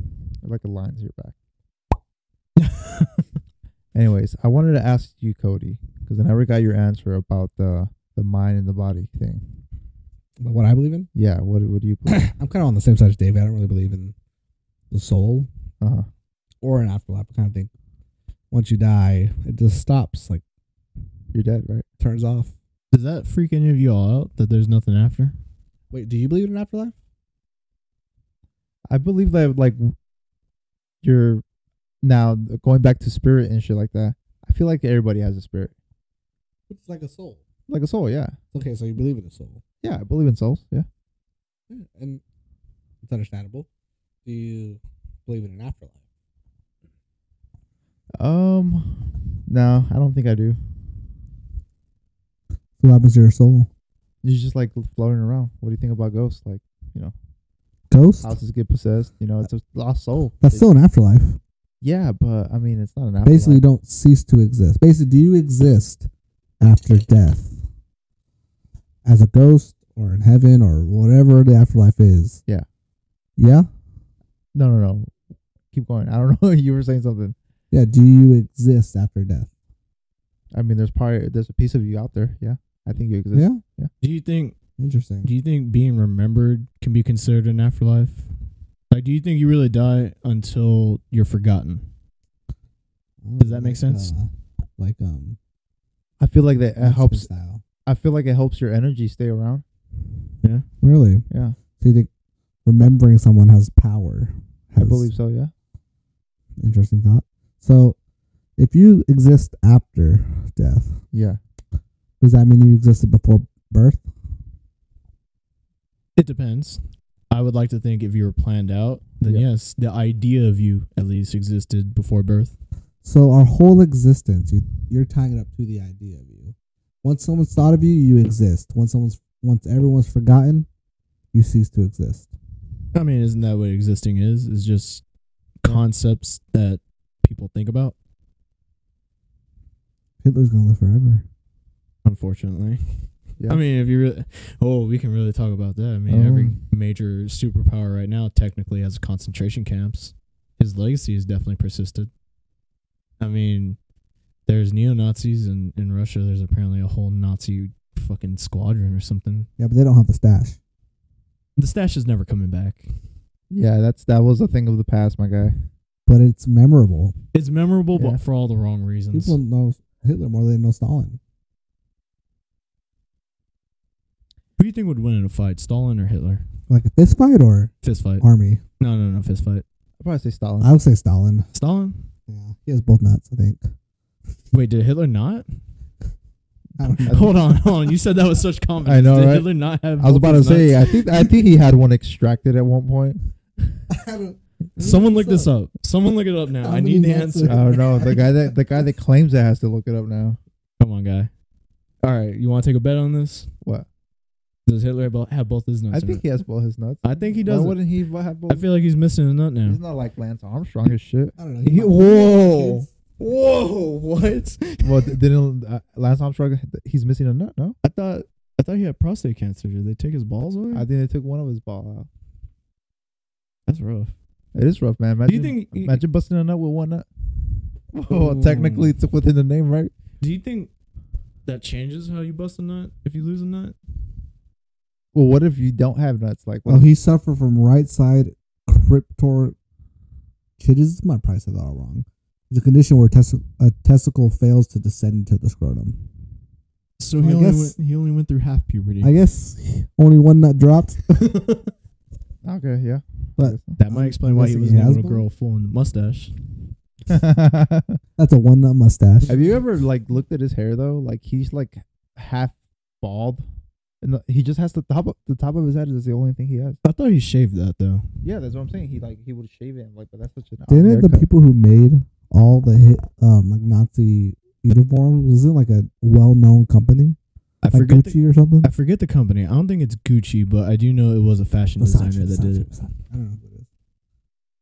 Speaker 1: like it lines your back. Anyways, I wanted to ask you, Cody, because I never got your answer about the the mind and the body thing.
Speaker 3: But what I believe in,
Speaker 1: Yeah, what what do you believe?
Speaker 3: I'm kind of on the same side as David. I don't really believe in the soul
Speaker 1: uh-huh.
Speaker 3: or an afterlife. I kind of think once you die, it just stops, like
Speaker 1: You're dead, right?
Speaker 3: turns off.
Speaker 2: Does that freak any of y'all out that there's nothing after?
Speaker 3: Wait, do you believe in an afterlife?
Speaker 1: I believe that like you're now going back to spirit and shit like that. I feel like everybody has a spirit,
Speaker 3: It's like a soul.
Speaker 1: like a soul. Yeah,
Speaker 3: Okay, so you believe in a soul,
Speaker 1: yeah. I believe in souls. Yeah.
Speaker 3: yeah, and it's understandable. Do you believe in an afterlife?
Speaker 1: Um, no, I don't think I do.
Speaker 3: What happens to your soul?
Speaker 1: You're just like floating around. What do you think about ghosts? Like
Speaker 3: Ghost.
Speaker 1: houses get possessed. You know, it's a lost soul.
Speaker 3: That's still an afterlife.
Speaker 1: yeah, but I mean, it's not an afterlife.
Speaker 3: Basically, you don't cease to exist. Basically, do you exist after death as a ghost or in heaven or whatever the afterlife is?
Speaker 1: Yeah.
Speaker 3: Yeah?
Speaker 1: No, no, no. Keep going. I don't know. you were saying something.
Speaker 3: Yeah. Do you exist after death?
Speaker 1: I mean, there's probably there's a piece of you out there. Yeah, I think you exist.
Speaker 3: yeah.
Speaker 2: Do you think
Speaker 3: Interesting.
Speaker 2: do you think being remembered can be considered an afterlife? Like do you think you really die until you're forgotten? does that make
Speaker 3: Like,
Speaker 2: sense?
Speaker 3: uh, like, um,
Speaker 1: I feel like that it
Speaker 3: Mexican
Speaker 1: helps.
Speaker 3: Style.
Speaker 1: I feel like it helps your energy stay around.
Speaker 2: Yeah.
Speaker 3: Really?
Speaker 1: Yeah,
Speaker 3: So you think remembering someone has power?
Speaker 1: I
Speaker 3: Has-
Speaker 1: believe so. Yeah.
Speaker 3: Interesting thought. So, if you exist after death,
Speaker 1: Yeah.
Speaker 3: does that mean you existed before birth?
Speaker 2: It depends. I would like to think if you were planned out, then
Speaker 1: Yeah.
Speaker 2: yes, the idea of you at least existed before birth.
Speaker 3: So our whole existence, you, you're tying it up to the idea of you. Once someone's thought of you, you exist. Once someone's, once everyone's forgotten, you cease to exist.
Speaker 2: I mean, isn't that what existing is? Is just concepts that people think about,
Speaker 3: Hitler's gonna live forever.
Speaker 2: unfortunately.
Speaker 1: Yeah. Oh.
Speaker 2: I mean, if you really, oh, we can really talk about that. I mean, every major superpower right now technically has concentration camps. His legacy has definitely persisted. I mean, there's neo Nazis in, in Russia. There's apparently a whole Nazi fucking squadron or something.
Speaker 3: Yeah, but they don't have the stash.
Speaker 2: The stash is never coming back.
Speaker 1: Yeah. That's that was a thing of the past, my guy.
Speaker 3: But it's memorable.
Speaker 2: It's memorable,
Speaker 1: Yeah.
Speaker 2: but for all the wrong reasons.
Speaker 3: People know Hitler more than they know Stalin.
Speaker 2: Who do you think would win in a fight, Stalin or Hitler?
Speaker 3: Like a fist fight or
Speaker 2: Fist fight.
Speaker 3: army?
Speaker 2: No, no, no, fist fight.
Speaker 1: I'd probably say Stalin.
Speaker 3: I would say Stalin.
Speaker 2: Stalin?
Speaker 3: Yeah, he has both nuts. I think.
Speaker 2: Wait, did Hitler not?
Speaker 3: I don't know.
Speaker 2: Hold on, hold on. You said that with such confidence.
Speaker 1: I know,
Speaker 2: Did
Speaker 1: right?
Speaker 2: Hitler not have?
Speaker 1: I was about to
Speaker 2: both his
Speaker 1: say,
Speaker 2: nuts?
Speaker 1: I think I think he had one extracted at one point.
Speaker 3: I don't-
Speaker 2: Someone look this up. Someone look it up now.
Speaker 3: How
Speaker 2: I
Speaker 3: many
Speaker 2: need the
Speaker 3: nuts
Speaker 2: answer.
Speaker 3: are-
Speaker 1: Oh no, the guy that the guy that claims that has to look it up now.
Speaker 2: Come on, guy. All right, you want to take a bet on this?
Speaker 1: What?
Speaker 2: Does Hitler bo- have both his nuts?
Speaker 1: I
Speaker 2: or
Speaker 1: think
Speaker 2: not?
Speaker 1: he has both his nuts.
Speaker 2: I think he
Speaker 1: Why
Speaker 2: does.
Speaker 1: wouldn't he have both?
Speaker 2: I feel like he's missing a nut now.
Speaker 1: He's not like Lance Armstrong and shit.
Speaker 3: I don't know.
Speaker 2: He-
Speaker 3: He might-
Speaker 2: whoa, whoa, what?
Speaker 1: Well, d- didn't uh, Lance Armstrong? He's missing a nut. No,
Speaker 2: I thought I thought he had prostate cancer. Did they take his balls away?
Speaker 1: I think they took one of his ball
Speaker 2: That's rough.
Speaker 1: out. It is rough, man. Imagine,
Speaker 2: Do you think?
Speaker 1: imagine busting a nut with one nut? Well,
Speaker 2: Ooh.
Speaker 1: technically, it's within the name, right?
Speaker 2: Do you think that changes how you bust a nut if you lose a nut?
Speaker 1: Well, what if you don't have nuts? Like, what
Speaker 3: Oh, he suffered from right side Capritor chitism. I probably said that all wrong. It's a condition where tes- a testicle fails to descend into the scrotum.
Speaker 2: So
Speaker 3: I
Speaker 2: he only
Speaker 3: guess-
Speaker 2: went, he only went through half puberty.
Speaker 3: I guess only one nut dropped.
Speaker 1: Okay, yeah.
Speaker 3: But-
Speaker 2: that might explain why he
Speaker 3: Guessing
Speaker 2: wasn't
Speaker 3: he has
Speaker 2: able to
Speaker 3: one?
Speaker 2: grow a full mustache.
Speaker 1: Have
Speaker 3: That's a one nut mustache.
Speaker 1: you ever like looked at his hair though? Like he's like half bald, and the- he just has the top of, the top of his head is the only thing he has.
Speaker 2: I thought he shaved that though.
Speaker 1: Yeah, that's what I'm saying. He like he would shave it, like, but that's such an odd
Speaker 3: Didn't the
Speaker 1: haircut.
Speaker 3: people who made all the hit um like Nazi uniforms was it like a well known company
Speaker 2: I
Speaker 3: like
Speaker 2: forget. The,
Speaker 3: Gucci or something?
Speaker 2: I forget the company. I don't think it's Gucci, but I do know it was a fashion
Speaker 3: Versace,
Speaker 2: designer that did
Speaker 3: Versace,
Speaker 2: it.
Speaker 3: Versace. I don't know who it is.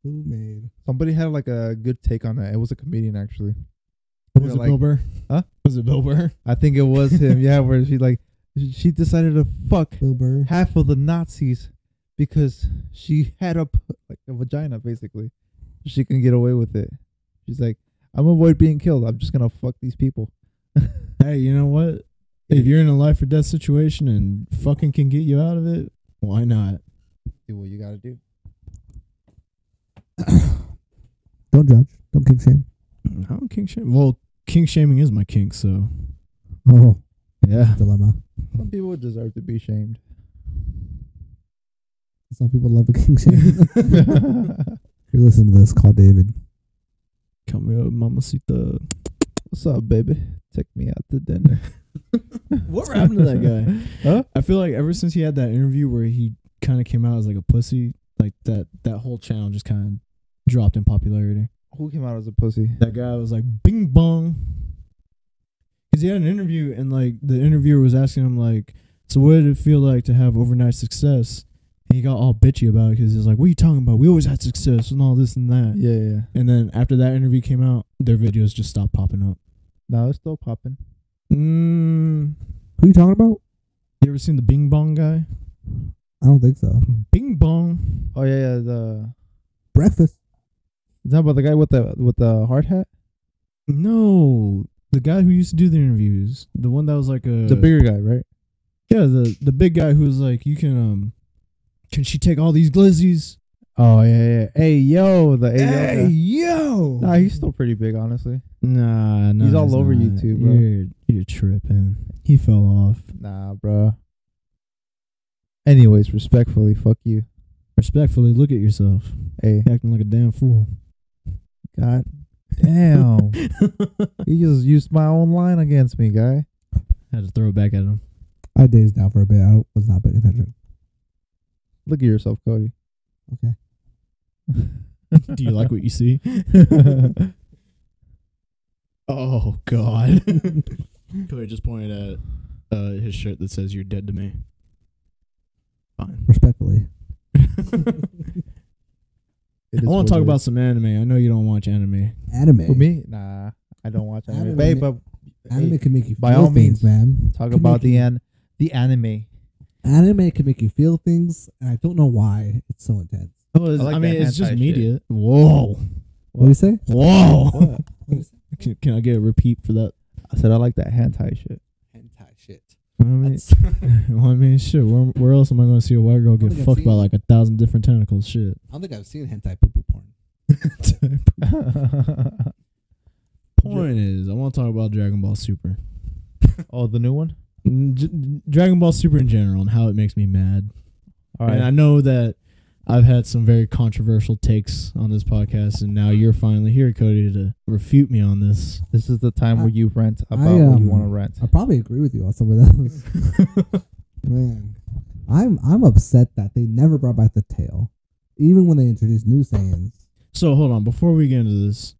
Speaker 3: Who made?
Speaker 1: Somebody had like a good take on that. It was a comedian actually. They
Speaker 2: Was
Speaker 1: were
Speaker 2: it
Speaker 1: like-
Speaker 2: Bill Burr?
Speaker 1: Huh?
Speaker 2: Was it Bill Burr?
Speaker 1: I think it was him. yeah, where she like she decided to fuck
Speaker 3: Bill Burr.
Speaker 1: half of the Nazis because she had a p- like a vagina basically. She can get away with it. She's like, I'm gonna avoid being killed. I'm just gonna fuck these people.
Speaker 2: Hey, you know what? If you're in a life or death situation and fucking can get you out of it, why not?
Speaker 1: Do what you gotta do.
Speaker 3: Don't judge. Don't kink shame.
Speaker 2: I don't kink shame. Well, kink shaming is my kink, so
Speaker 3: Oh,
Speaker 2: yeah.
Speaker 3: dilemma.
Speaker 1: Some people deserve to be shamed.
Speaker 3: Some people love the kink shame. if
Speaker 1: What's
Speaker 3: you listen to this, call David.
Speaker 2: Call me up, mamacita.
Speaker 1: up, baby? Take me out to dinner.
Speaker 2: What happened to that guy?
Speaker 1: Huh?
Speaker 2: I feel like ever since he had that interview where he kind of came out as like a pussy, like that that whole channel just kind of dropped in popularity.
Speaker 1: Who came out as a pussy?
Speaker 2: That guy was like bing bong. Cause he had an interview and like the interviewer was asking him like, so what did it feel like to have overnight success? And he got all bitchy about it because he was like, what are you talking about? We always had success and all this and that.
Speaker 1: Yeah, yeah. yeah.
Speaker 2: And then after that interview came out, their videos just stopped popping up.
Speaker 1: No, it's still popping.
Speaker 2: Mm,
Speaker 3: Who you talking about?
Speaker 2: you ever seen the Bing Bong guy?
Speaker 3: I don't think so.
Speaker 2: Bing Bong.
Speaker 1: Oh yeah, yeah. The
Speaker 3: Breakfast.
Speaker 1: you talking about the guy with the with the hard hat?
Speaker 2: No, the guy who used to do the interviews, the one that was like a
Speaker 1: the bigger guy, right?
Speaker 2: yeah, the the big guy who was like, you can um, can she take all these glizzies?
Speaker 1: Oh yeah, yeah. Hey yo, the hey, yo. guy.
Speaker 2: yo,
Speaker 1: Nah, he's still pretty big, honestly.
Speaker 2: nah, nah,
Speaker 1: He's all over
Speaker 2: not.
Speaker 1: YouTube, bro.
Speaker 2: You're, you're tripping. He fell off.
Speaker 1: Nah, bruh. Anyways, respectfully, fuck you.
Speaker 2: Respectfully, look at yourself.
Speaker 1: Hey,
Speaker 2: You're acting like a damn fool.
Speaker 1: God damn, he just used my own line against me, guy.
Speaker 2: Had to throw it back at him.
Speaker 3: I dazed out for a bit. I was not paying attention.
Speaker 1: Look at yourself, Cody.
Speaker 3: Okay.
Speaker 2: Do you like what you see? Oh God. Cody just pointed at uh, his shirt that says "You're dead to me." Fine.
Speaker 3: Respectfully.
Speaker 1: It
Speaker 2: I
Speaker 1: is
Speaker 2: want
Speaker 1: what
Speaker 2: to talk
Speaker 1: it
Speaker 2: about
Speaker 1: is.
Speaker 2: some anime. I know you don't watch anime.
Speaker 3: Anime.
Speaker 1: Who, me. Nah, I don't watch anime.
Speaker 3: Anime
Speaker 1: Babe,
Speaker 3: ma-
Speaker 1: but
Speaker 3: Anime
Speaker 1: hey,
Speaker 3: can make you
Speaker 1: by
Speaker 3: feel
Speaker 1: all
Speaker 3: things,
Speaker 1: means.
Speaker 3: man.
Speaker 1: talk
Speaker 3: Can
Speaker 1: about
Speaker 3: make
Speaker 1: the an- the anime.
Speaker 3: Anime can make you feel things, and I don't know why it's so intense.
Speaker 2: Oh,
Speaker 1: I like
Speaker 2: I mean,
Speaker 1: that
Speaker 2: it's just
Speaker 1: hentai shit.
Speaker 2: media. Whoa,
Speaker 3: What do you say?
Speaker 2: whoa.
Speaker 3: What do you say?
Speaker 2: Can, can I get a repeat for that?
Speaker 1: I said I like that hentai shit.
Speaker 3: Hentai shit.
Speaker 2: I mean, well, I mean, shit. Where, where else am I going to see a white girl get
Speaker 3: think I've
Speaker 2: fucked by
Speaker 3: seen-
Speaker 2: like a thousand different tentacles? Shit.
Speaker 3: I don't think I've seen hentai poo poo porn.
Speaker 2: Point is, I want to talk about Dragon Ball Super,
Speaker 1: oh, the new one.
Speaker 2: Mm, J- Dragon Ball Super in general, and how it makes me mad.
Speaker 1: All right.
Speaker 2: And I know that I've had some very controversial takes on this podcast, and now you're finally here, Cody, to refute me on this.
Speaker 1: This is the time
Speaker 3: I-
Speaker 1: where you rant
Speaker 3: I,
Speaker 1: about what you
Speaker 3: um,
Speaker 1: want to rant.
Speaker 3: I probably agree with you on some of those. Man, I'm I'm upset that they never brought back the tail, even when they introduced new Saiyans.
Speaker 2: so hold on, before we get into this,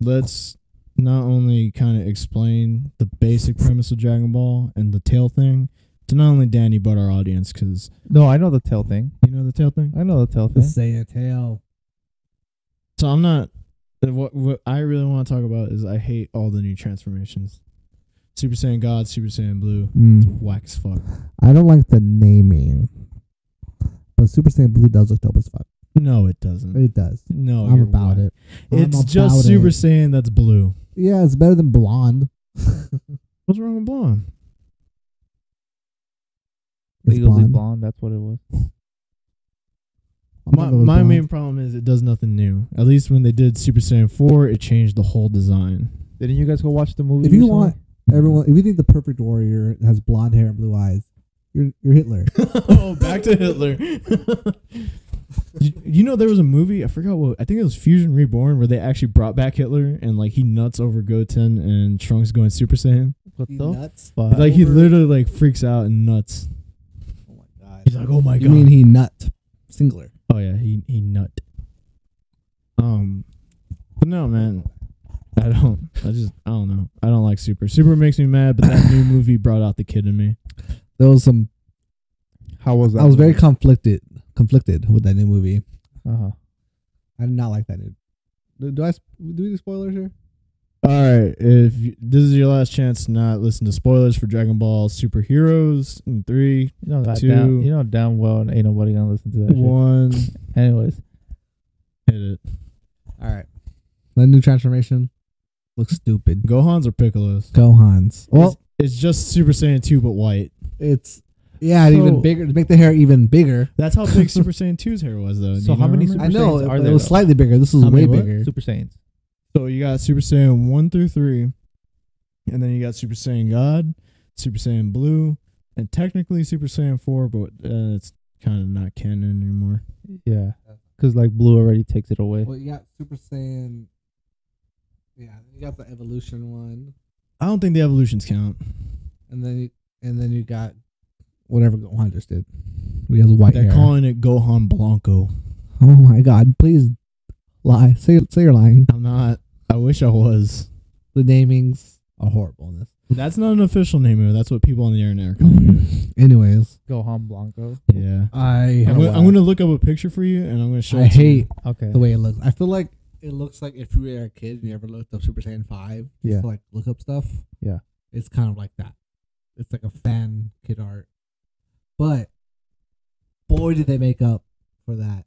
Speaker 2: let's not only kind of explain the basic premise of Dragon Ball and the tail thing to not only Danny but our audience, because
Speaker 1: No, I know the tail thing.
Speaker 2: you know the tail thing.
Speaker 1: I know the tail
Speaker 3: The
Speaker 1: thing.
Speaker 3: Saiyan tail.
Speaker 2: So I'm not. What what I really want to talk about is I hate all the new transformations. Super Saiyan God, Super Saiyan Blue, whack as fuck.
Speaker 3: Mm. I don't like the naming, but Super Saiyan Blue does look dope as fuck.
Speaker 2: No, it doesn't.
Speaker 3: It does.
Speaker 2: No,
Speaker 3: I'm
Speaker 2: Oh, you're
Speaker 3: about
Speaker 2: whack.
Speaker 3: it. I'm
Speaker 2: It's
Speaker 3: about
Speaker 2: just Super
Speaker 3: it.
Speaker 2: Saiyan that's blue.
Speaker 3: Yeah, it's better than blonde.
Speaker 2: What's wrong with blonde?
Speaker 3: It's
Speaker 1: Legally
Speaker 3: blonde.
Speaker 1: blonde. That's what it was.
Speaker 3: I'm
Speaker 2: My,
Speaker 3: gonna go with
Speaker 2: my
Speaker 3: Bond.
Speaker 2: main problem is it does nothing new. At least when they did Super Saiyan 4, it changed the whole design.
Speaker 1: Didn't you guys go watch the movie?
Speaker 3: If you
Speaker 1: recently?
Speaker 3: want everyone, if you think the perfect warrior has blonde hair and blue eyes, you're you're Hitler.
Speaker 2: oh, back to Hitler. you, you know there was a movie, I forgot what, I think it was Fusion Reborn where they actually brought back Hitler and like he nuts over Goten and Trunks going Super Saiyan.
Speaker 1: what
Speaker 3: You
Speaker 1: the
Speaker 3: nuts?
Speaker 1: fuck?
Speaker 2: Like he
Speaker 3: Over-
Speaker 2: literally like freaks out and nuts.
Speaker 3: Oh my god.
Speaker 2: He's like, "Oh my
Speaker 3: You
Speaker 2: god."
Speaker 3: mean he nut singular?
Speaker 2: Oh yeah, he he nut. Um, but no, man, I don't. I just I don't know. I don't like Super. Super makes me mad, but that new movie brought out the kid in me.
Speaker 3: There was some.
Speaker 1: How was that?
Speaker 3: I was very conflicted, conflicted with that new movie.
Speaker 1: Uh huh.
Speaker 3: I did not like that new. Do- Do I sp- do we do spoilers here?
Speaker 2: All right, if you, this is your last chance to not listen to spoilers for Dragon Ball Superheroes in three,
Speaker 1: You know that
Speaker 2: Two.
Speaker 1: down. You know damn well, and ain't nobody gonna listen to that. Shit.
Speaker 2: one,
Speaker 1: Anyways,
Speaker 2: hit it.
Speaker 3: All right. The new transformation looks stupid.
Speaker 2: Gohan's or Piccolo's?
Speaker 3: Gohan's. Well,
Speaker 2: It's, it's just Super Saiyan two, but white.
Speaker 3: it's yeah, and
Speaker 1: So-
Speaker 3: even bigger to make the hair even bigger.
Speaker 2: That's how big Super Saiyan 2's hair was, though. Do
Speaker 1: So
Speaker 2: you
Speaker 1: how many
Speaker 2: remember?
Speaker 1: Super
Speaker 3: I know
Speaker 1: Saiyans
Speaker 3: it,
Speaker 1: are
Speaker 3: it
Speaker 1: there,
Speaker 3: was
Speaker 1: though?
Speaker 3: slightly bigger. This is
Speaker 2: How
Speaker 3: way
Speaker 2: many what?
Speaker 3: bigger.
Speaker 1: Super Saiyans.
Speaker 2: So you got Super Saiyan 1 through 3, and then you got Super Saiyan God, Super Saiyan Blue, and technically Super Saiyan 4, but uh, it's kind of not canon anymore.
Speaker 1: Yeah, because like blue already takes it away.
Speaker 3: Well, you got Super Saiyan. Yeah, you got the evolution one,
Speaker 2: I don't think the evolutions count.
Speaker 3: and then you, and then you got whatever Gohan just did. We has white
Speaker 2: They're
Speaker 3: hair.
Speaker 2: calling it Gohan Blanco.
Speaker 3: oh my God! Please lie. Say say you're lying.
Speaker 2: I'm not. I wish I was.
Speaker 3: The namings are horrible in this.
Speaker 2: That's not an official name, though. That's what people on the internet are calling it.
Speaker 3: Anyways,
Speaker 1: Gohan Blanco.
Speaker 2: Yeah.
Speaker 3: I
Speaker 2: I'm, gonna, I'm gonna look up a picture for you, and I'm gonna show.
Speaker 3: I
Speaker 2: it to you.
Speaker 3: hate
Speaker 1: Okay.
Speaker 3: the way it looks. I feel like it looks like if you were a kid and you ever looked up Super Saiyan Five,
Speaker 1: Yeah.
Speaker 3: to, like look up stuff.
Speaker 1: Yeah.
Speaker 3: it's kind of like that. It's like a fan kid art, but boy, did they make up for that.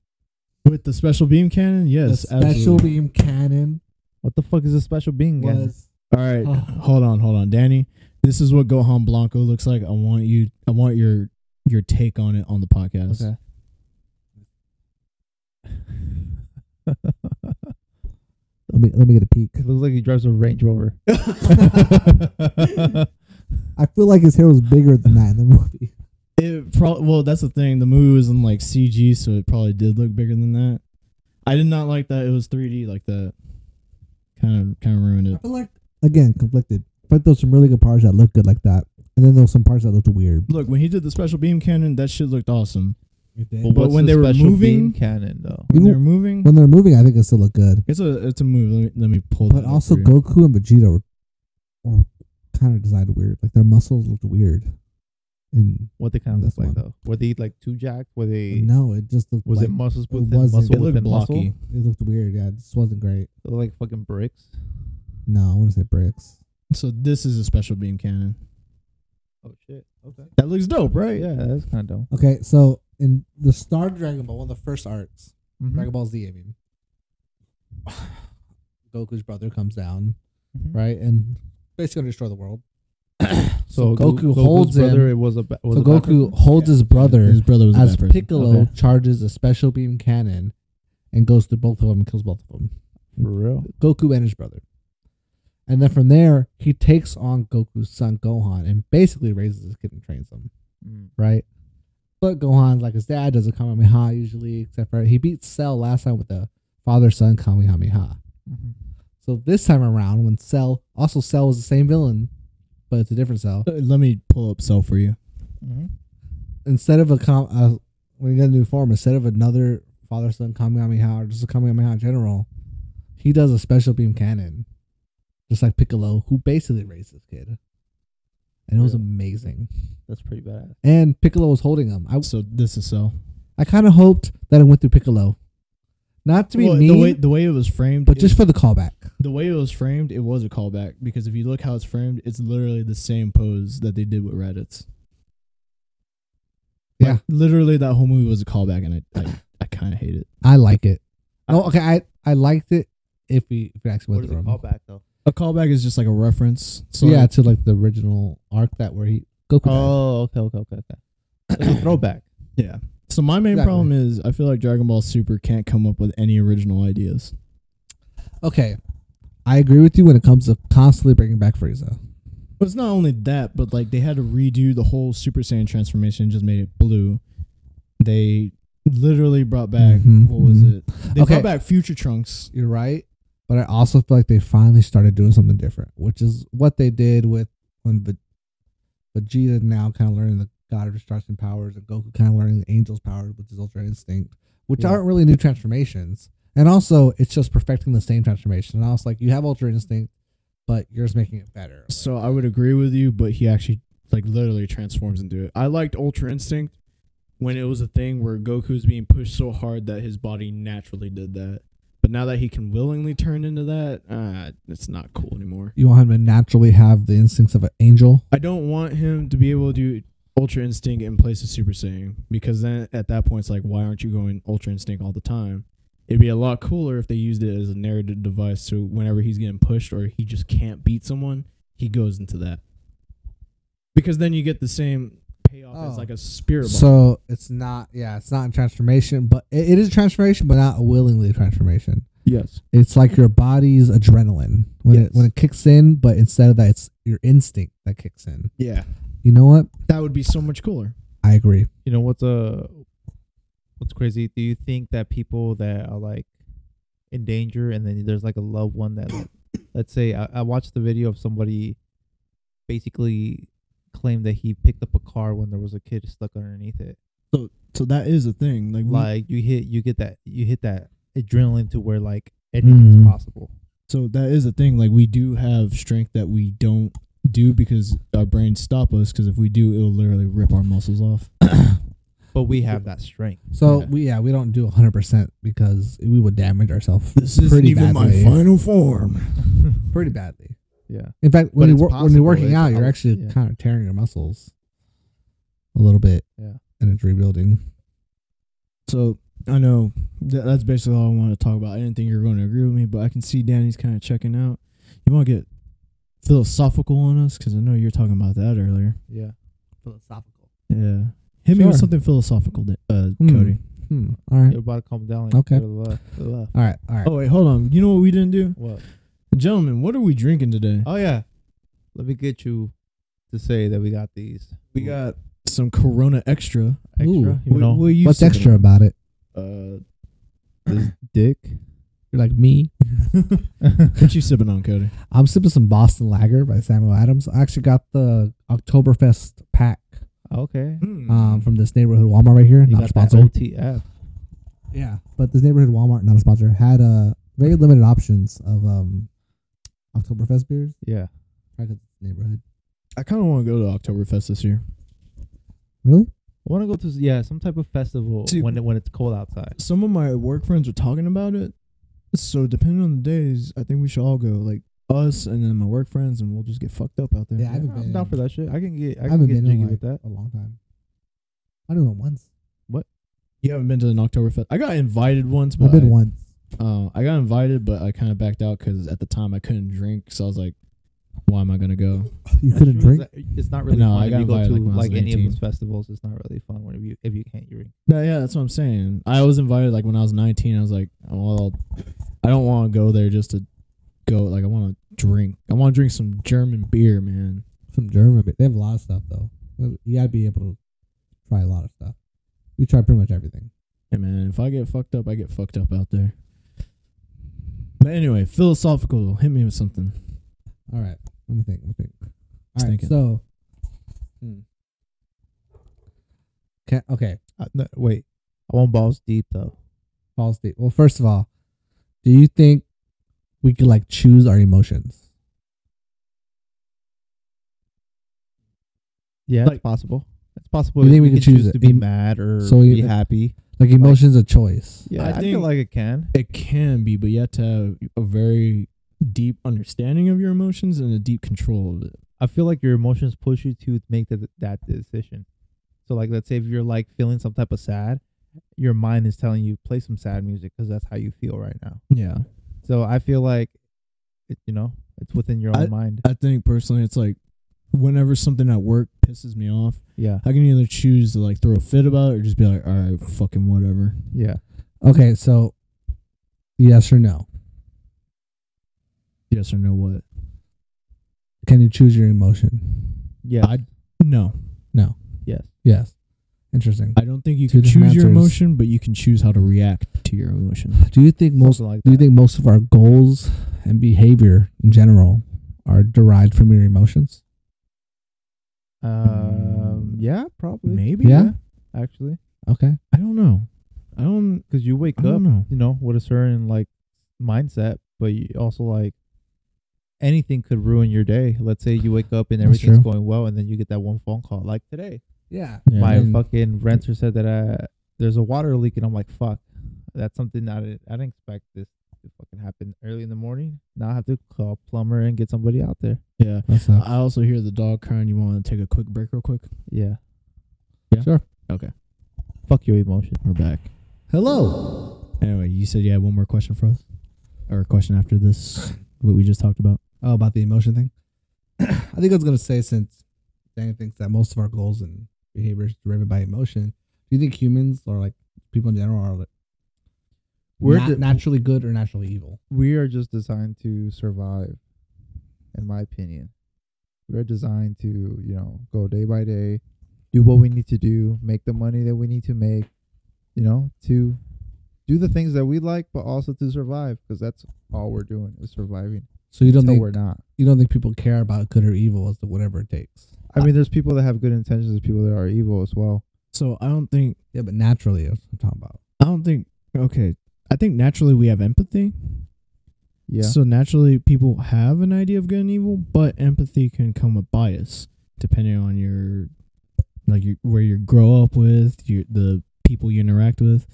Speaker 2: with the special beam cannon. Yes,
Speaker 3: the special
Speaker 2: absolutely.
Speaker 3: beam cannon
Speaker 1: What the fuck is a special being? again?
Speaker 3: was
Speaker 2: All right,
Speaker 3: Oh.
Speaker 2: hold on, hold on, Danny. This is what Gohan Blanco looks like. I want you. I want your your take on it on the podcast.
Speaker 1: Okay.
Speaker 3: let me let me get a peek.
Speaker 1: It looks like he drives a Range Rover.
Speaker 3: I feel like his hair was bigger than that in the movie.
Speaker 2: It pro- well, that's the thing. The movie was in like CG, so it probably did look bigger than that. I did not like that. It was 3D like that. Kind of kind of ruined
Speaker 3: I
Speaker 2: it.
Speaker 3: feel like again conflicted, but there was some really good parts that looked good like that, and then there was some parts that looked weird.
Speaker 2: Look, when he did the special beam cannon, that shit looked awesome.
Speaker 1: But
Speaker 2: But
Speaker 1: what's
Speaker 2: when
Speaker 1: the
Speaker 2: they were
Speaker 1: special beam
Speaker 2: moving-
Speaker 1: cannon though.
Speaker 2: When
Speaker 3: You-
Speaker 2: they're moving,
Speaker 3: When they're moving, I think it still looked good.
Speaker 2: it's a it's a move. Let me, let me pull.
Speaker 3: But
Speaker 2: that up
Speaker 3: also,
Speaker 2: for you.
Speaker 3: Goku and Vegeta were, were kind of designed weird. Like their muscles looked weird, and
Speaker 1: What they kind of
Speaker 3: This
Speaker 1: look like
Speaker 3: one.
Speaker 1: though? Were they like two jacked? Were they?
Speaker 3: no, it just looked
Speaker 1: Was
Speaker 3: like,
Speaker 1: it muscles
Speaker 3: it
Speaker 1: within
Speaker 3: wasn't.
Speaker 1: muscle
Speaker 2: it looked
Speaker 1: within
Speaker 2: blocky.
Speaker 1: muscle?
Speaker 3: it looked weird. Yeah, it just wasn't great.
Speaker 1: They look like fucking bricks.
Speaker 3: No, I want to say bricks.
Speaker 2: So this is a special beam cannon.
Speaker 1: Oh shit. Okay.
Speaker 2: That looks dope, right?
Speaker 1: Yeah, that's kind of dumb.
Speaker 3: Okay, so in the Star Dragon Ball, one of the first arcs,
Speaker 2: Mm-hmm.
Speaker 1: Mhm.
Speaker 3: Dragon Ball Z, I mean, Goku's brother comes down,
Speaker 1: Mhm.
Speaker 3: right, and basically gonna destroy the world.
Speaker 1: So,
Speaker 3: Goku
Speaker 1: Goku's
Speaker 3: holds
Speaker 1: brother.
Speaker 3: him.
Speaker 1: It was a. ba- Was
Speaker 3: So
Speaker 1: a bad
Speaker 3: Goku
Speaker 1: person?
Speaker 3: holds his brother
Speaker 2: His brother was a
Speaker 3: as
Speaker 2: bad person.
Speaker 3: Piccolo
Speaker 1: Okay.
Speaker 3: charges a special beam cannon and goes through both of them and kills both of them.
Speaker 1: For real.
Speaker 3: Goku and his brother. And then from there, he takes on Goku's son Gohan and basically raises his kid and trains him,
Speaker 1: Mm.
Speaker 3: right? But Gohan's like his dad, does a Kamehameha usually, except for he beat Cell last time with the father son Kamehameha.
Speaker 1: Mhm.
Speaker 3: Mm-hmm. So this time around, when Cell, also Cell was the same villain, but it's a different Cell.
Speaker 2: Uh, Let me pull up cell for you.
Speaker 1: Mhm.
Speaker 3: Instead of a, Kam- uh, when he got a new form, instead of another father son Kamehameha or just a Kamehameha in general, he does a special beam cannon, just like Piccolo, who basically raised this kid. And it was
Speaker 1: Really?
Speaker 3: amazing.
Speaker 1: That's pretty bad.
Speaker 3: And Piccolo was holding him. I,
Speaker 2: So this is cell.
Speaker 3: I kind of hoped that it went through Piccolo. Not to be
Speaker 2: Well,
Speaker 3: mean,
Speaker 2: the way the way it was framed,
Speaker 3: but
Speaker 2: it-
Speaker 3: just for the callback.
Speaker 2: the way it was framed, it was a callback because if you look how it's framed, it's literally the same pose that they did with Raditz. Like,
Speaker 3: Yeah.
Speaker 2: literally that whole movie was a callback, and I I, I kind of hate it.
Speaker 3: I like it. Oh, okay. I, I liked it if we, if we actually
Speaker 1: What
Speaker 3: went
Speaker 1: is
Speaker 3: through
Speaker 1: it
Speaker 3: him.
Speaker 1: called back though?
Speaker 2: A callback is just like a reference. So
Speaker 3: yeah,
Speaker 2: like,
Speaker 3: to like the original arc that where he Goku. died.
Speaker 1: Oh, okay, okay, okay, okay. It's a throwback.
Speaker 2: yeah. So my main
Speaker 3: Exactly.
Speaker 2: problem is I feel like Dragon Ball Super can't come up with any original ideas.
Speaker 3: Okay, I agree with you when it comes to constantly bringing back Frieza.
Speaker 2: But it's not only that, but like they had to redo the whole Super Saiyan transformation, just made it blue. They literally brought back
Speaker 3: Mhm,
Speaker 2: what was
Speaker 3: mhm.
Speaker 2: it? They
Speaker 3: Okay.
Speaker 2: brought back Future Trunks.
Speaker 3: You're right, but I also feel like they finally started doing something different, which is what they did with when Ve- Vegeta now kind of learning the God of Destruction powers and Goku kind of learning the Angel's powers, which is Ultra Instinct, which
Speaker 2: Yeah.
Speaker 3: aren't really new transformations. And also, it's just perfecting the same transformation. And I was like, you have Ultra Instinct, but yours making it better.
Speaker 2: So I would agree with you, but he actually like literally transforms into it. I liked Ultra Instinct when it was a thing where Goku's being pushed so hard that his body naturally did that. But now that he can willingly turn into that, uh, it's not cool anymore.
Speaker 3: You want him to naturally have the instincts of an angel.
Speaker 2: I don't want him to be able to do Ultra Instinct in place of Super Saiyan because then at that point it's like, why aren't you going Ultra Instinct all the time? It'd be a lot cooler if they used it as a narrative device. So whenever he's getting pushed or he just can't beat someone, he goes into that. Because then you get the same payoff
Speaker 3: Oh.
Speaker 2: as like a spirit bomb.
Speaker 3: So it's not, yeah, it's not a transformation, but it, it is a transformation, but not a willingly transformation.
Speaker 2: yes.
Speaker 3: It's like your body's adrenaline when
Speaker 2: Yes.
Speaker 3: it when it kicks in, but instead of that, it's your instinct that kicks in.
Speaker 2: Yeah.
Speaker 3: You know what?
Speaker 2: That would be so much cooler.
Speaker 3: I agree.
Speaker 1: you know what's uh what's crazy do you think that people that are like in danger and then there's like a loved one that like, let's say I, I watched the video of somebody basically claimed that he picked up a car when there was a kid stuck underneath it
Speaker 2: So that is a thing. Like,
Speaker 3: Mm-hmm.
Speaker 1: like you hit you get that you hit that adrenaline to where like anything's
Speaker 3: Mhm.
Speaker 1: possible
Speaker 2: So that is the thing. Like we do have strength that we don't do because our brains stop us. Because if we do, it'll literally rip our muscles off.
Speaker 1: but we have that strength
Speaker 3: So
Speaker 2: Yeah.
Speaker 3: we yeah we don't do hundred percent because we would damage ourselves.
Speaker 2: This
Speaker 3: isn't Pretty even my badly.
Speaker 2: final form.
Speaker 3: pretty badly.
Speaker 1: yeah
Speaker 3: In fact, when you
Speaker 1: it's
Speaker 3: wor- when
Speaker 1: possible,
Speaker 3: you're working
Speaker 1: it's
Speaker 3: out, you're
Speaker 1: possible,
Speaker 3: actually
Speaker 1: yeah.
Speaker 3: kind of tearing your muscles a little bit.
Speaker 1: Yeah.
Speaker 3: and it's rebuilding.
Speaker 2: So I know that, that's basically all I want to talk about. I didn't think you were going to agree with me, but I can see Danny's kind of checking out. You want to get philosophical on us because I know you're talking about that earlier.
Speaker 1: yeah
Speaker 3: Philosophical.
Speaker 2: Yeah, hit me with
Speaker 3: Sure.
Speaker 2: something philosophical, Da- uh,
Speaker 3: Hmm.
Speaker 2: Cody.
Speaker 3: Hmm. All right.
Speaker 1: you're about to calm down like,
Speaker 3: Okay.
Speaker 1: to the left, to the left.
Speaker 3: All right. All right.
Speaker 2: Oh wait, hold on. You know what we didn't do,
Speaker 1: what
Speaker 2: gentlemen? What are we drinking today?
Speaker 3: Uh,
Speaker 1: oh yeah let me get you to say that we got these
Speaker 2: We got some Corona Extra.
Speaker 1: extra
Speaker 3: Ooh.
Speaker 1: you know
Speaker 2: What- what you
Speaker 3: What's
Speaker 2: sipping
Speaker 3: extra
Speaker 2: on?
Speaker 3: about it?
Speaker 2: Uh,
Speaker 1: this dick
Speaker 3: You're like me.
Speaker 2: Uh, what you sipping on, Cody?
Speaker 3: I'm sipping some Boston Lager by Samuel Adams. I actually got the Oktoberfest pack
Speaker 1: okay
Speaker 3: um, from this neighborhood Walmart right here.
Speaker 1: Mm-hmm. You
Speaker 3: not
Speaker 1: got that
Speaker 3: sponsored.
Speaker 1: OTF.
Speaker 3: Yeah, but this neighborhood Walmart, not a sponsor, had uh, very limited options of um, Oktoberfest beers.
Speaker 1: Yeah.
Speaker 3: Probably 'cause it's neighborhood.
Speaker 2: I kind of want to go to Oktoberfest this year.
Speaker 3: Really?
Speaker 1: I want to go to s- yeah some type of festival
Speaker 2: Dude.
Speaker 1: when it, when it's cold outside.
Speaker 2: Some of my work friends were talking about it. So depending on the days, I think we should all go, like us and then my work friends, and we'll just get fucked up out there.
Speaker 3: Yeah, I haven't
Speaker 1: I'm
Speaker 3: been.
Speaker 1: down for that shit. I can get I,
Speaker 3: I
Speaker 1: can
Speaker 3: haven't
Speaker 1: get
Speaker 3: been in
Speaker 1: jiggy
Speaker 3: like
Speaker 1: with that.
Speaker 3: a long time. I don't know once.
Speaker 2: You haven't been to an Oktoberfest? I got invited once, but
Speaker 3: I've been
Speaker 2: I,
Speaker 3: once.
Speaker 2: uh, I got invited, but I kind of backed out because at the time I couldn't drink, so I was like, "Why am I gonna go?"
Speaker 3: You
Speaker 1: That
Speaker 3: couldn't
Speaker 1: shit
Speaker 3: drink.
Speaker 1: was- It's not really
Speaker 2: No,
Speaker 1: fun
Speaker 2: I
Speaker 1: if
Speaker 2: got
Speaker 1: you go
Speaker 2: invited,
Speaker 1: to
Speaker 2: like, when I was
Speaker 1: like, any of
Speaker 2: 18.
Speaker 1: those festivals. It's not really fun when you if you can't drink.
Speaker 2: Yeah, yeah, that's what I'm saying. I was invited like when I was 19. I was like, well, I don't want to go there just to go. Like, I want to drink. I want to drink some German beer, man.
Speaker 3: Some German. But they have a lot of stuff though. You gotta be able to try a lot of stuff. We try pretty much everything.
Speaker 2: Hey, man, if I get fucked up, I get fucked up out there. But anyway, philosophical. Hit me with something.
Speaker 3: All right. Let me think. Let me think.
Speaker 2: was
Speaker 3: All right.
Speaker 2: thinking.
Speaker 3: So. Hmm. Can, okay.
Speaker 1: Uh, no, wait, I want balls deep though.
Speaker 3: False state. Well, first of all, do you think we could like choose our emotions?
Speaker 1: Yeah,
Speaker 2: Like-
Speaker 1: it's possible. It's possible.
Speaker 3: You think we
Speaker 1: can
Speaker 3: could choose
Speaker 1: choose
Speaker 3: it?
Speaker 1: to be
Speaker 3: Em-
Speaker 1: mad or
Speaker 3: so
Speaker 1: be
Speaker 3: you-
Speaker 1: happy.
Speaker 3: Like emotions a choice.
Speaker 1: Yeah,
Speaker 2: I
Speaker 1: I, feel
Speaker 2: think-
Speaker 1: like it can.
Speaker 2: It can be, but you have to have a very deep understanding of your emotions and a deep control of it.
Speaker 1: I feel like your emotions push you to make that that decision. So like, let's say if you're like feeling some type of sad, your mind is telling you play some sad music because that's how you feel right now.
Speaker 2: Yeah.
Speaker 1: So I feel like, it, you know, it's within your own mind.
Speaker 2: I think personally, it's like whenever something at work pisses me off,
Speaker 1: Yeah.
Speaker 2: I can either choose to like throw a fit about it or just be like, all right, fucking whatever.
Speaker 1: Yeah.
Speaker 3: Okay, so yes or no?
Speaker 2: Yes or no, what?
Speaker 3: Can you choose your emotion?
Speaker 1: Yeah.
Speaker 2: I- No,
Speaker 3: No.
Speaker 1: yes.
Speaker 3: Yes. Interesting.
Speaker 2: I don't think you
Speaker 3: Two
Speaker 2: can choose
Speaker 3: different
Speaker 2: your
Speaker 3: answers.
Speaker 2: emotion, but you can choose how to react to your emotion.
Speaker 3: Do you think most
Speaker 1: Something like
Speaker 3: do you
Speaker 1: that.
Speaker 3: think most of our goals and behavior in general are derived from your emotions?
Speaker 1: Um. Yeah. Probably.
Speaker 2: Maybe.
Speaker 3: Yeah.
Speaker 1: Actually,
Speaker 3: Okay.
Speaker 2: I don't know. I don't.
Speaker 1: because you wake
Speaker 2: I
Speaker 1: up,
Speaker 2: don't know.
Speaker 1: you know, with a certain like mindset, but you also like anything could ruin your day. Let's say you wake up and
Speaker 2: That's
Speaker 1: everything's
Speaker 2: true.
Speaker 1: going well, and then you get that one phone call, like today.
Speaker 3: Yeah.
Speaker 2: Yeah.
Speaker 1: my
Speaker 3: And-
Speaker 1: fucking renter said that uh, there's a water leak, and I'm like, fuck, that's something that I didn't, I didn't expect this to fucking happen early in the morning. Now I have to call a plumber and get somebody out there.
Speaker 2: Yeah.
Speaker 3: That's a,
Speaker 2: I also hear the dog crying. You want to take a quick break, real quick?
Speaker 1: Yeah,
Speaker 2: yeah.
Speaker 3: Sure.
Speaker 2: Okay.
Speaker 1: fuck your emotion.
Speaker 2: We're back.
Speaker 3: Hello.
Speaker 2: Anyway, you said you had one more question for us, or a question after this, what we just talked about.
Speaker 3: Oh, about the emotion thing. I think I was gonna say since Danny thinks that most of our goals and behaviors are driven by emotion, do you think humans or like people in general are like
Speaker 1: We're
Speaker 3: nat-
Speaker 1: the-
Speaker 3: naturally good or naturally evil?
Speaker 1: We are just designed to survive, in my opinion. We are designed to, you know, go day by day, do what we need to do, make the money that we need to make, you know, to do the things that we like, but also to survive, because that's all we're doing is surviving.
Speaker 3: So you don't
Speaker 1: No,
Speaker 3: think
Speaker 1: we're not.
Speaker 3: you don't think people care about good or evil as to whatever it takes.
Speaker 1: I mean, there's people that have good intentions, there's people that are evil as well.
Speaker 2: So I don't think.
Speaker 3: Yeah, but naturally, that's what I'm talking about.
Speaker 2: I don't think. Okay. I think naturally we have empathy.
Speaker 1: Yeah.
Speaker 2: So naturally people have an idea of good and evil, but empathy can come with bias depending on your like you, where you grow up with, your the people you interact with.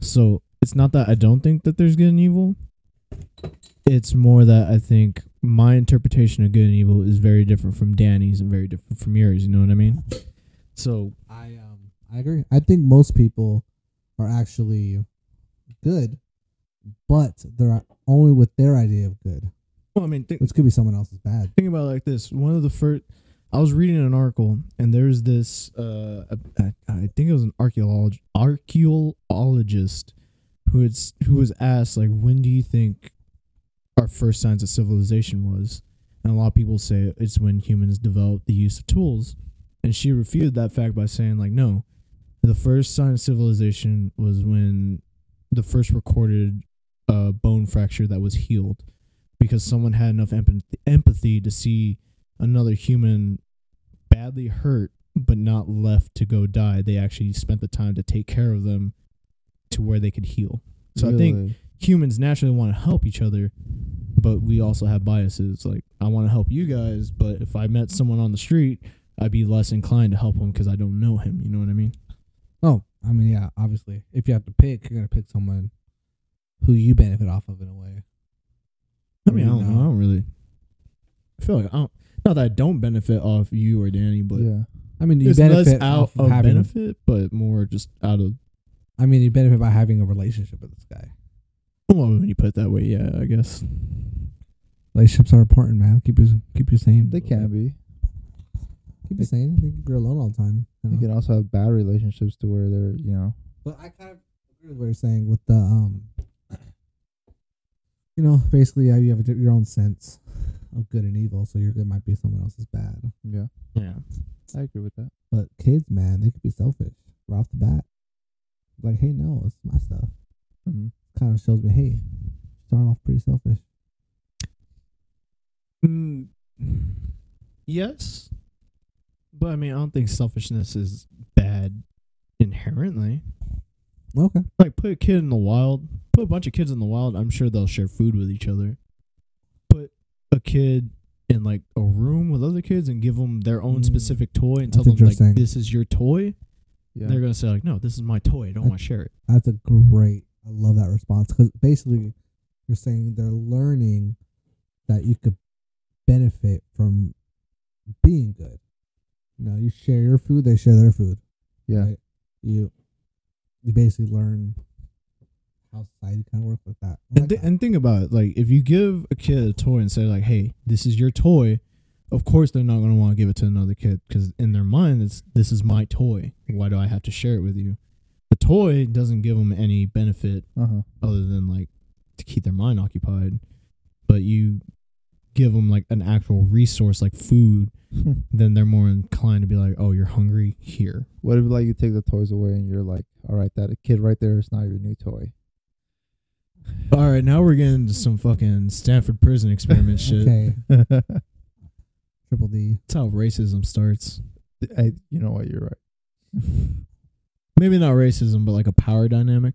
Speaker 2: So it's not that I don't think that there's good and evil. It's more that I think my interpretation of good and evil is very different from Danny's and very different from yours, you know what I mean? So
Speaker 3: I um I agree. I think most people are actually good, but they're only with their idea of good,
Speaker 2: well, I mean, think,
Speaker 3: which could be someone else's bad.
Speaker 2: think about it like this. One of the first, I was reading an article, and there's this. Uh, I, I think it was an archaeolog archaeologist who had, s- who was asked like, when do you think our first signs of civilization was? And a lot of people say it's when humans developed the use of tools, and she refuted that fact by saying like, no, the first sign of civilization was when the first recorded uh, bone fracture that was healed because someone had enough empath- empathy to see another human badly hurt but not left to go die. They actually spent the time to take care of them to where they could heal. So I think
Speaker 1: Really.
Speaker 2: humans naturally want to help each other, but we also have biases. Like I want to help you guys, but if I met someone on the street, I'd be less inclined to help him because I don't know him. You know what I mean?
Speaker 3: Oh, I mean, yeah, obviously, if you have to pick, you're gonna pick someone who you benefit off of in a way.
Speaker 2: I mean, I
Speaker 3: Or you
Speaker 2: don't know. I don't really. I feel like I don't. Not that I don't benefit off you or Danny, but
Speaker 1: yeah.
Speaker 3: I mean, you
Speaker 2: it's less
Speaker 3: benefit
Speaker 2: out
Speaker 3: off of
Speaker 2: of
Speaker 3: having.
Speaker 2: benefit, but more just out of
Speaker 3: I mean, you benefit by having a relationship with this guy.
Speaker 2: well, when you put it that way, yeah, I guess.
Speaker 3: Relationships are important, man. Keep you keep you
Speaker 2: Mm.
Speaker 3: sane.
Speaker 1: They can be.
Speaker 3: keep you sane. I think you're alone all the time. you
Speaker 1: They
Speaker 3: know?
Speaker 1: can also have bad relationships to where they're, you know,
Speaker 3: But I kind of agree with what you're saying with the um, you know, basically yeah, you have a di- your own sense of good and evil, so your good might be someone else's bad.
Speaker 1: yeah.
Speaker 2: Yeah.
Speaker 1: I agree with that.
Speaker 3: But kids, man, they could be selfish right off the bat. Like, hey, no, it's my stuff.
Speaker 1: hmm
Speaker 3: Kind of shows me, hey, start off pretty selfish.
Speaker 2: Mm, yes. But I mean, I don't think selfishness is bad inherently.
Speaker 3: Okay,
Speaker 2: Like put a kid in the wild, put a bunch of kids in the wild, I'm sure they'll share food with each other. Put a kid in like a room with other kids and give them their own
Speaker 3: Mm.
Speaker 2: specific toy and tell
Speaker 3: That's
Speaker 2: them like
Speaker 3: interesting.
Speaker 2: this is your toy.
Speaker 1: Yeah.
Speaker 2: They're going to say like, "No, this is my toy. I don't
Speaker 3: That-
Speaker 2: want to share it."
Speaker 3: that's a great. I love that response because basically, you're saying they're learning that you could benefit from being good. You know, you share your food, they share their food.
Speaker 1: yeah.
Speaker 3: right. you you basically learn how society kind of works with that. I
Speaker 2: And,
Speaker 3: like
Speaker 2: th-
Speaker 3: that.
Speaker 2: and think about it. Like, if you give a kid a toy and say, like, hey, this is your toy, of course they're not going to want to give it to another kid because in their mind it's this is my toy why do i have to share it with you the toy doesn't give them any benefit
Speaker 1: Uh huh.
Speaker 2: other than like to keep their mind occupied but you give them like an actual resource like food
Speaker 1: Uh-huh.
Speaker 2: then they're more inclined to be like oh you're hungry here
Speaker 1: What if like you take the toys away and you're like, all right, that kid right there is not your new toy.
Speaker 2: all right now we're getting into some fucking stanford prison experiment shit
Speaker 3: Okay. Triple D.
Speaker 2: that's how racism starts
Speaker 1: I, you know what? You're right.
Speaker 2: maybe not racism but like a power dynamic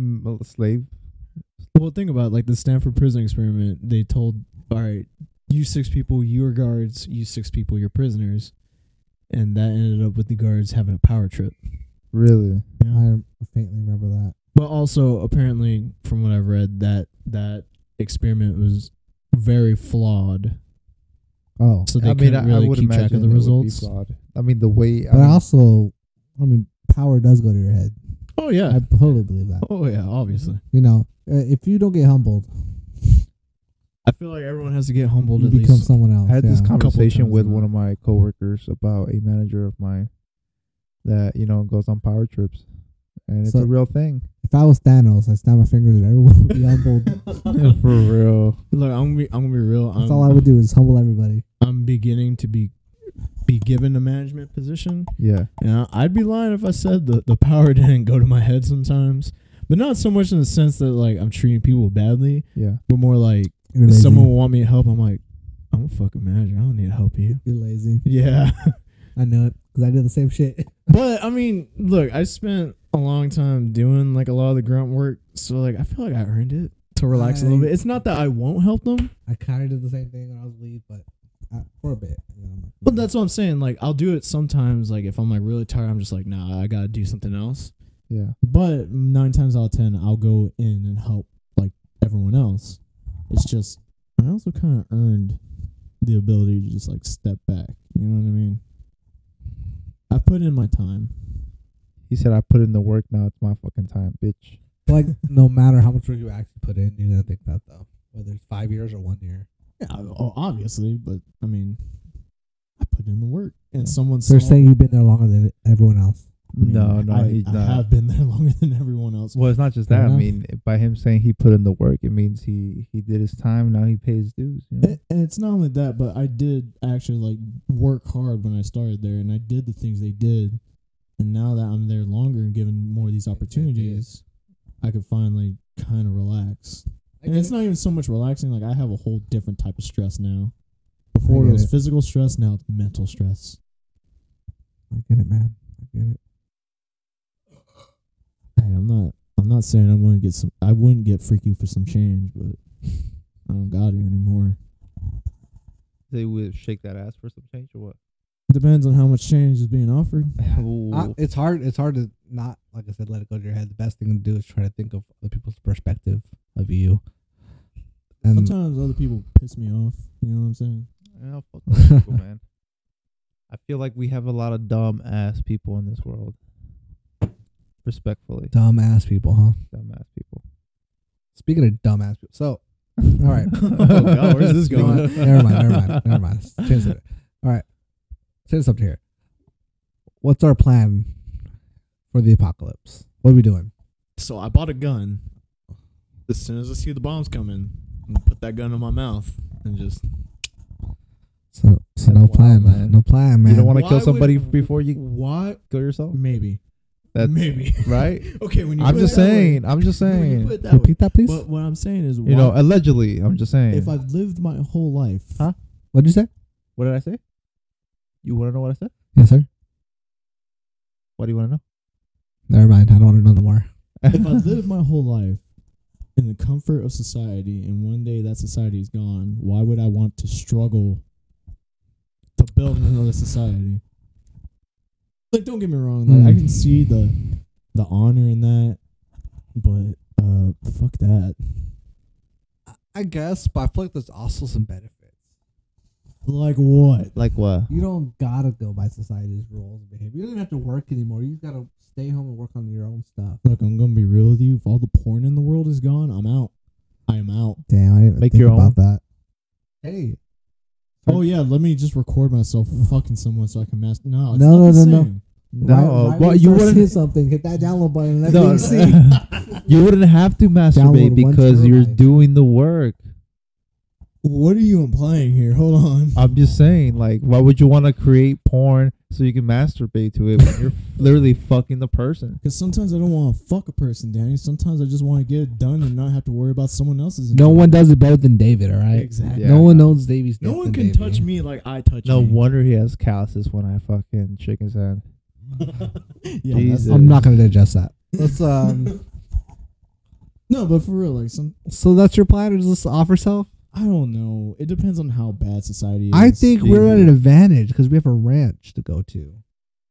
Speaker 1: Mm, well, slave.
Speaker 2: Well, think about it, like the Stanford prison experiment. They told, all right, you six people, you are guards, you six people, you're prisoners. And that ended up with the guards having a power trip.
Speaker 1: Really?
Speaker 3: I faintly remember that.
Speaker 2: But also, apparently, from what I've read, that that experiment was very flawed.
Speaker 3: Oh.
Speaker 2: So they
Speaker 1: I mean, I,
Speaker 2: couldn't really
Speaker 1: I would
Speaker 2: keep
Speaker 1: imagine
Speaker 2: track of the
Speaker 1: it would be
Speaker 2: results.
Speaker 1: flawed. I mean, the way. I
Speaker 3: But
Speaker 1: mean,
Speaker 3: also, I mean, power does go to your head.
Speaker 2: Oh, yeah.
Speaker 3: I totally believe that.
Speaker 2: Oh, yeah, obviously.
Speaker 3: You know, uh, if you don't get humbled,
Speaker 2: I feel like everyone has to get humbled
Speaker 3: you
Speaker 2: at
Speaker 3: become
Speaker 2: least.
Speaker 3: someone else.
Speaker 1: I had this
Speaker 3: yeah.
Speaker 2: couple
Speaker 1: conversation
Speaker 2: times
Speaker 1: with
Speaker 2: now.
Speaker 1: one of my coworkers about a manager of mine that you know goes on power trips, and it's
Speaker 3: So-
Speaker 1: a real thing
Speaker 3: If I was Thanos, I'd snap my fingers and everyone would be humbled.
Speaker 1: for real.
Speaker 2: Look, I'm going to I'm gonna be real.
Speaker 3: That's
Speaker 2: I'm,
Speaker 3: all I would do is humble everybody.
Speaker 2: I'm beginning to be be given a management position.
Speaker 1: Yeah,
Speaker 2: Yeah, I'd be lying if I said the, the power didn't go to my head sometimes. But not so much in the sense that like I'm treating people badly,
Speaker 1: yeah.
Speaker 2: but more like
Speaker 3: You're
Speaker 2: if
Speaker 3: lazy.
Speaker 2: someone will want me to help, I'm like, I'm a fucking manager. I don't need to help you.
Speaker 3: You're lazy.
Speaker 2: Yeah.
Speaker 3: I know it because I did the same shit.
Speaker 2: but I mean, look, I spent a long time doing like a lot of the grunt work, so like I feel like I earned it to relax a little
Speaker 3: I-
Speaker 2: bit. It's not that I won't help them,
Speaker 3: I kind of did the same thing when I was lead, but I, for a bit. And then I'm like,
Speaker 2: but that's what I'm saying. Like I'll do it sometimes. Like if I'm like really tired, I'm just like, nah, I gotta do something else.
Speaker 1: Yeah.
Speaker 2: But nine times out of ten, I'll go in and help like everyone else. It's just I also kind of earned the ability to just like step back. You know what I mean? I put in my time.
Speaker 1: He said, "I put in the work. Now it's my fucking time, bitch."
Speaker 3: like no matter how much work you actually put in, you're gonna think that though, whether it's five years or one year.
Speaker 2: Yeah, o- obviously, but I mean, I put in the work, and someone
Speaker 3: They're
Speaker 2: saw-
Speaker 3: saying you've been there longer than everyone else.
Speaker 2: I mean,
Speaker 1: no, no,
Speaker 2: I,
Speaker 1: he's
Speaker 2: I
Speaker 1: not.
Speaker 2: have been there longer than everyone else.
Speaker 1: Well, it's not just
Speaker 3: Fair
Speaker 1: that. I
Speaker 3: enough.
Speaker 1: mean, by him saying he put in the work, it means he he did his time. Now he pays dues. You know?
Speaker 2: And and it's not only that, but I did actually like work hard when I started there, and I did the things they did. And now that I'm there longer and given more of these opportunities, I could finally kind of relax. And it's not even so much relaxing; like I have a whole different type of stress now. Before
Speaker 3: I
Speaker 2: it
Speaker 3: get
Speaker 2: was
Speaker 3: it.
Speaker 2: physical stress, now it's mental stress.
Speaker 3: I get it, man. I get it.
Speaker 2: Hey, I'm not. I'm not saying I wouldn't get some. I wouldn't get freaky for some change, but I don't got it anymore.
Speaker 1: They would shake that ass for some change or what?
Speaker 2: Depends on how much change is being offered.
Speaker 3: I, it's hard. It's hard to not, like I said, let it go to your head. The best thing to do is try to think of other people's perspective of you. And
Speaker 2: Sometimes other people piss me off. You know what I'm saying?
Speaker 1: Yeah, fuck those people, man. I feel like we have a lot of dumb ass people in this world. Respectfully,
Speaker 3: dumb ass people, huh?
Speaker 1: dumb ass people.
Speaker 3: Speaking of dumb ass people, so all right.
Speaker 1: oh
Speaker 2: God, where's this
Speaker 3: You know what? never mind. Never mind. Never mind. Let's Change it. All right. Change up to here. What's our plan for the apocalypse? What are we doing?
Speaker 2: So I bought a gun. As soon as I see the bombs coming, I'm gonna put that gun in my mouth and just.
Speaker 3: So, so
Speaker 1: That's
Speaker 3: no
Speaker 1: wild,
Speaker 3: plan, man.
Speaker 1: man.
Speaker 3: No plan, man.
Speaker 1: You don't want to
Speaker 2: Why
Speaker 1: kill
Speaker 2: would-
Speaker 1: somebody before you
Speaker 2: What?
Speaker 1: kill yourself.
Speaker 2: Maybe.
Speaker 1: That's
Speaker 2: Maybe.
Speaker 1: right.
Speaker 2: Okay. When you.
Speaker 1: I'm
Speaker 2: put
Speaker 1: just
Speaker 2: it that way-
Speaker 1: saying. I'm just
Speaker 2: when you
Speaker 1: saying.
Speaker 2: put it that way-
Speaker 3: repeat that, please.
Speaker 2: But what I'm saying is,
Speaker 1: You know,
Speaker 2: why-
Speaker 1: allegedly. I'm just saying.
Speaker 2: if I've lived my whole life,
Speaker 1: Huh?
Speaker 3: What did you say?
Speaker 1: what did I say? You want to know what I said?
Speaker 3: Yes, sir.
Speaker 1: What do you want to know?
Speaker 3: Never mind. I don't want to know no more.
Speaker 2: if I lived my whole life in the comfort of society, and one day that society is gone, why would I want to struggle to build another society? Like, don't get me wrong. Like, I
Speaker 3: Mm.
Speaker 2: can see the the honor in that, but uh, fuck that.
Speaker 3: I guess, but I feel like there's also some benefits.
Speaker 2: Like what?
Speaker 1: like what?
Speaker 3: You don't gotta go by society's rules and behavior. You don't even have to work anymore. You just gotta stay home and work on your own stuff.
Speaker 2: Look, I'm gonna be real with you. If all the porn in the world is gone, I'm out. I am out.
Speaker 3: Damn, I didn't
Speaker 1: Make think your about own.
Speaker 3: that. Hey,
Speaker 2: Oh yeah, let me just record myself fucking someone so I can mask. No, it's not
Speaker 3: No, no,
Speaker 2: the
Speaker 3: no, no.
Speaker 2: same.
Speaker 1: No,
Speaker 3: Why- why
Speaker 1: well,
Speaker 3: would
Speaker 1: you
Speaker 3: first
Speaker 1: wouldn't-
Speaker 3: hit something. Hit that download button. And that's what
Speaker 1: No,
Speaker 3: you see.
Speaker 1: you wouldn't have to masturbate
Speaker 3: Download one
Speaker 1: because you're
Speaker 3: terabyte.
Speaker 1: doing the work.
Speaker 2: What are you implying here? Hold on.
Speaker 1: I'm just saying, like, why would you want to create porn so you can masturbate to it when you're literally fucking the person?
Speaker 2: Because sometimes I don't want to fuck a person, Danny. Sometimes I just want to get it done and not have to worry about someone else's.
Speaker 3: No
Speaker 2: injury.
Speaker 3: one does it better than David. All right.
Speaker 2: Exactly.
Speaker 1: Yeah,
Speaker 3: no
Speaker 1: I
Speaker 3: one
Speaker 1: know.
Speaker 3: knows David's.
Speaker 2: No
Speaker 3: dick
Speaker 2: one
Speaker 3: than
Speaker 2: can
Speaker 3: David.
Speaker 2: touch me like I touch.
Speaker 1: No
Speaker 2: you.
Speaker 1: wonder he has calluses when I fucking shake his hand.
Speaker 2: yeah, that's-
Speaker 1: Jesus.
Speaker 3: I'm not gonna digest that. Let's um.
Speaker 2: no, but for real, like some.
Speaker 3: so that's your plan is just offer self.
Speaker 2: I don't know. It depends on how bad society is.
Speaker 3: I think we're at an
Speaker 1: Jesus.
Speaker 3: advantage because we have a ranch to go to.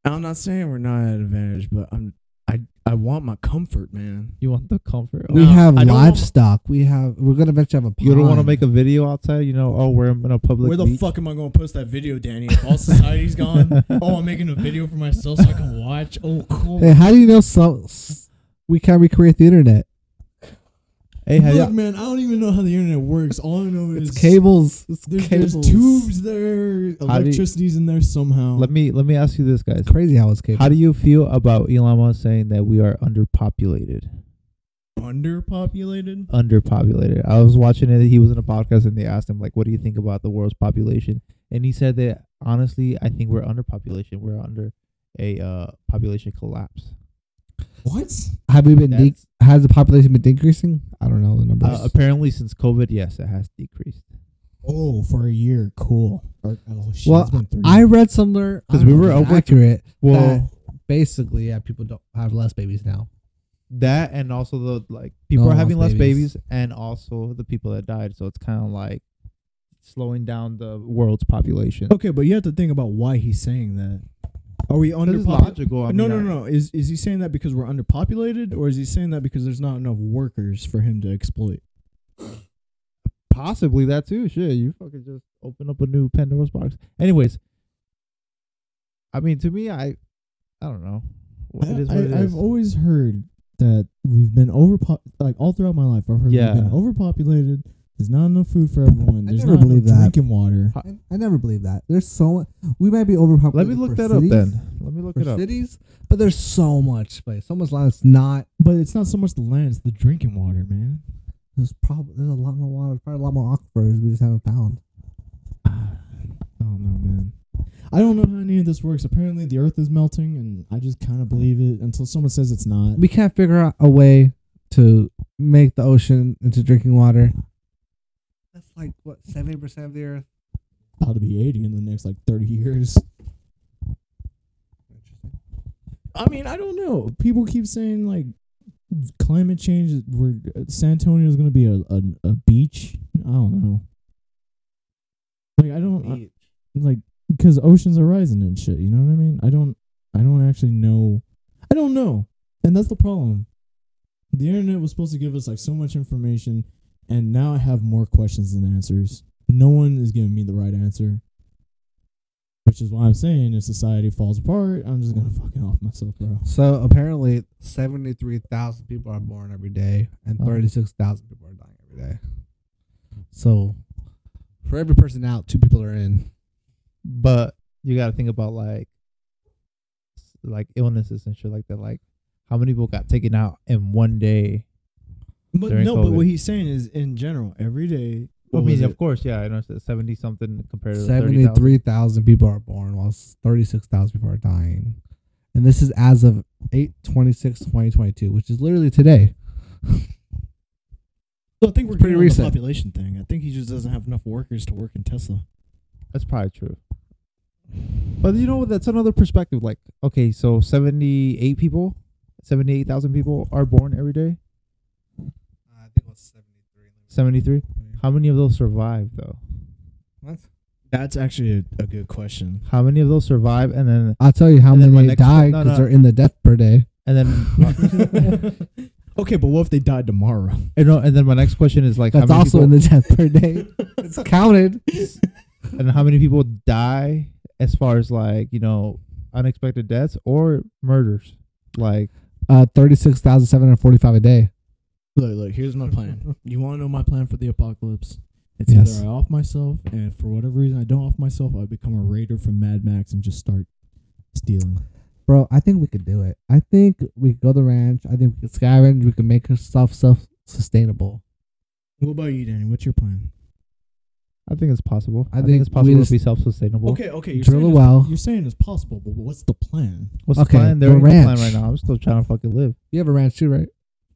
Speaker 2: I'm not saying we're not at advantage, but I'm. I I want my comfort, man.
Speaker 1: You want the comfort?
Speaker 3: we
Speaker 2: No,
Speaker 3: have
Speaker 2: I don't want-
Speaker 3: livestock. We have. We're gonna eventually have a. Pond.
Speaker 1: You don't want to make a video outside, you know? Oh, we're in a public.
Speaker 2: Where the
Speaker 1: beach.
Speaker 2: fuck am I going to post that video, Danny? If all society's gone. Oh, I'm making a video for myself so I can watch. Oh, cool.
Speaker 3: Hey, how do you know so? s- We can't recreate the internet.
Speaker 1: Hey, have
Speaker 2: Look,
Speaker 1: you,
Speaker 2: man, I don't even know how the internet works. All I know is
Speaker 3: It's cables. It's
Speaker 2: There's, there's
Speaker 3: cables.
Speaker 2: tubes there,
Speaker 1: you-
Speaker 2: electricity's in there somehow.
Speaker 1: let me let me ask you this, guys.
Speaker 3: It's crazy how it's cables.
Speaker 1: How do you feel about Elon Musk saying that we are underpopulated?
Speaker 2: underpopulated.
Speaker 1: Underpopulated. I was watching it. He was in a podcast and they asked him like, "What do you think about the world's population?" And he said that honestly, I think we're underpopulation. We're under a uh, population collapse.
Speaker 2: What?
Speaker 3: Have we been? De-
Speaker 1: That's-
Speaker 3: has the population been decreasing? I don't know the numbers.
Speaker 1: uh, apparently, since COVID, yes, it has decreased
Speaker 2: Oh, for a year, cool. Or, oh shit,
Speaker 3: Well,
Speaker 2: it's been three.
Speaker 3: I read somewhere
Speaker 1: 'Cause
Speaker 3: I don't
Speaker 1: we were
Speaker 3: know if it's
Speaker 1: over-
Speaker 3: accurate.
Speaker 1: Well-
Speaker 3: that basically, yeah, people don't have less babies now.
Speaker 1: that and also the like people
Speaker 3: No
Speaker 1: are having
Speaker 3: lost
Speaker 1: less
Speaker 3: babies.
Speaker 1: babies and also the people that died so it's kind of like slowing down the world's population
Speaker 2: okay, but you have to think about why he's saying that. Are we
Speaker 1: That is
Speaker 2: underpopulated?
Speaker 1: logical I
Speaker 2: no, no,
Speaker 1: mean, I-
Speaker 2: no, no. Is is he saying that because we're underpopulated, or is he saying that because there's not enough workers for him to exploit?
Speaker 1: possibly that too shit you fucking just open up a new pandora's box anyways i mean to me i i don't know What it is what
Speaker 2: I,
Speaker 1: it
Speaker 2: I've
Speaker 1: is.
Speaker 2: always heard that we've been overpop like all throughout my life. I've heard
Speaker 1: Yeah.
Speaker 2: we've been overpopulated. There's not enough food for everyone.
Speaker 3: I
Speaker 2: There's
Speaker 3: never
Speaker 2: not
Speaker 3: believed
Speaker 2: enough
Speaker 3: that.
Speaker 2: drinking water.
Speaker 3: I, I never believe that. There's so much. We might be
Speaker 1: let
Speaker 3: overpopulated.
Speaker 1: me look
Speaker 3: for
Speaker 1: that
Speaker 3: cities,
Speaker 1: up then let me look it
Speaker 3: For
Speaker 1: up
Speaker 3: cities, but there's so much space, so much land. It's not.
Speaker 2: But it's not so much the land; it's the drinking water, man.
Speaker 3: There's probably there's a lot more water. Probably a lot more aquifers. We just haven't found.
Speaker 2: I don't know, man. I don't know how any of this works. Apparently, the Earth is melting, and I just kind of believe it until someone says it's not.
Speaker 3: We can't figure out a way to make the ocean into drinking water. That's like what seventy percent of the earth.
Speaker 2: About to be eighty in the next like thirty years. I mean, I don't know. People keep saying like climate change. is- We're uh, San Antonio is going to be a, a a beach. I don't know. Like I
Speaker 3: Oh, uh,
Speaker 2: don't I, like because oceans are rising and shit. You know what I mean? I don't. I don't actually know. I don't know, and that's the problem. The internet was supposed to give us like so much information, and now I have more questions than answers. No one is giving me the right answer. Which is why I'm saying if society falls apart, I'm just gonna fucking off myself, bro.
Speaker 3: So apparently, seventy-three thousand people are born every day, and
Speaker 1: Oh.
Speaker 3: thirty-six thousand people are dying every day. So, for every person out, two people are in.
Speaker 1: but you got to think about like s- like illnesses and shit like that like how many people got taken out in one day
Speaker 2: But
Speaker 1: during
Speaker 2: no, but
Speaker 1: COVID.
Speaker 2: what he's saying is in general, every day.
Speaker 1: I
Speaker 2: what was
Speaker 1: mean,
Speaker 2: it?
Speaker 1: of course, yeah, I know it's 70 something compared to 73.
Speaker 3: 73,000 people are born, while 36,000 people are dying. And this is as of 8 2022, which is literally today.
Speaker 2: Well, I think we're
Speaker 3: It's
Speaker 2: pretty
Speaker 3: pretty
Speaker 2: recent.
Speaker 3: recent.
Speaker 2: the population thing. I think he just doesn't have enough workers to work in Tesla.
Speaker 1: That's probably true. But you know what? That's another perspective. Like, okay, so 78 people, 78,000 people are born every day.
Speaker 3: Uh, I think it was
Speaker 1: 73. How many of those survive, though?
Speaker 2: That's actually a, a good question.
Speaker 1: How many of those survive? And then,
Speaker 3: I'll tell you how
Speaker 1: And then my
Speaker 3: many
Speaker 1: next
Speaker 3: die
Speaker 1: one- no,
Speaker 3: because
Speaker 1: no.
Speaker 3: they're in the death per day.
Speaker 1: and then,
Speaker 2: okay, but what if they died tomorrow?
Speaker 1: and, no, and then my next question is like, how
Speaker 3: That's
Speaker 1: many
Speaker 3: also
Speaker 1: people,
Speaker 3: in the death per day. It's counted.
Speaker 1: and how many people die as far as like, you know, unexpected deaths or murders? Like,
Speaker 3: Uh, 36,745 a day.
Speaker 2: Look, look, here's my plan. you want to know my plan for the apocalypse? It's
Speaker 1: Yes.
Speaker 2: either I off myself, and for whatever reason I don't off myself, I become a raider from Mad Max and just start stealing.
Speaker 3: Bro, I think we could do it. I think we could go to the ranch. I think we could scavenge. We could make ourselves self sustainable.
Speaker 2: What about you, Danny? What's your plan?
Speaker 1: I think it's possible.
Speaker 3: I
Speaker 1: I, think,
Speaker 3: think
Speaker 1: it's possible
Speaker 3: we just-
Speaker 1: to be self-sustainable.
Speaker 2: Okay, okay. You're
Speaker 3: Drill
Speaker 2: saying
Speaker 3: a
Speaker 2: it's-
Speaker 3: well.
Speaker 2: You're saying it's possible, but what's the plan?
Speaker 1: What's
Speaker 3: Okay,
Speaker 1: the plan?
Speaker 3: the
Speaker 1: There ain't no plan
Speaker 3: ranch.
Speaker 1: right now. I'm still trying to fucking live.
Speaker 3: You have a ranch too, right?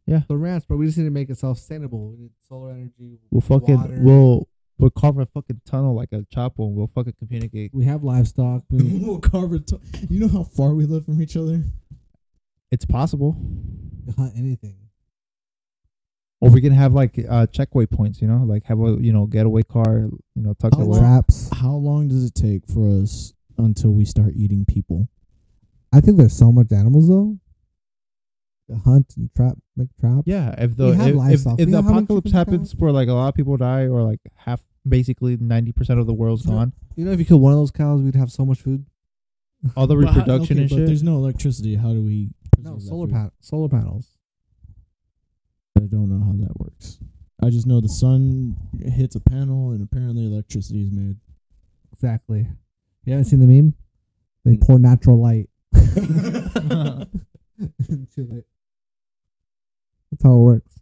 Speaker 1: Yeah.
Speaker 3: The ranch, but we just need to make it self sustainable. We need solar energy.
Speaker 1: We'll fucking
Speaker 3: water.
Speaker 1: we'll we'll carve a fucking tunnel like a chapel and we'll fucking communicate.
Speaker 3: we have livestock. We need-
Speaker 2: we'll carve a t- You know how far we live from each other.
Speaker 1: It's possible.
Speaker 3: we hunt anything.
Speaker 1: Or we can have like uh checkaway points, you know, like have a you know getaway car, you know, tucked
Speaker 2: How
Speaker 1: away.
Speaker 2: long-
Speaker 3: Traps.
Speaker 2: How long does it take for us until we start eating people?
Speaker 3: I think there's so much animals though. To hunt and trap, make traps.
Speaker 1: Yeah, if the
Speaker 3: We have
Speaker 1: if- if,
Speaker 3: livestock.
Speaker 1: if,
Speaker 3: We
Speaker 1: the
Speaker 3: know how many
Speaker 1: apocalypse
Speaker 3: chickens we
Speaker 1: happens where like a lot of people die or like half basically ninety percent of the world's
Speaker 2: Yeah.
Speaker 1: gone,
Speaker 3: You know, if you killed one of those cows, we'd have so much food.
Speaker 1: all the
Speaker 2: But how-
Speaker 1: reproduction
Speaker 2: okay,
Speaker 1: and
Speaker 2: but
Speaker 1: shit.
Speaker 2: There's no electricity. How do we? preserve
Speaker 3: No,
Speaker 2: that
Speaker 3: solar
Speaker 2: food?
Speaker 3: pan- solar panels.
Speaker 2: I don't know how that works. I just know the sun hits a panel and apparently electricity is made.
Speaker 3: Exactly. You haven't seen the meme? They pour natural light into it. That's how it works.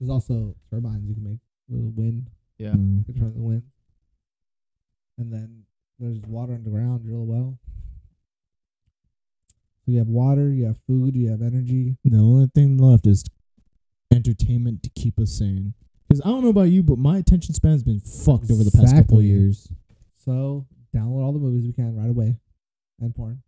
Speaker 3: There's also turbines you can make with wind.
Speaker 1: Yeah.
Speaker 2: Mm.
Speaker 3: You can turn the wind. And then there's water underground, drill a well. So you have water, you have food, you have energy.
Speaker 2: The only thing left is entertainment to keep us sane. Because I don't know about you, but my attention span's been fucked over the past couple
Speaker 3: Exactly.
Speaker 2: years.
Speaker 3: So download all the movies we can right away. And porn.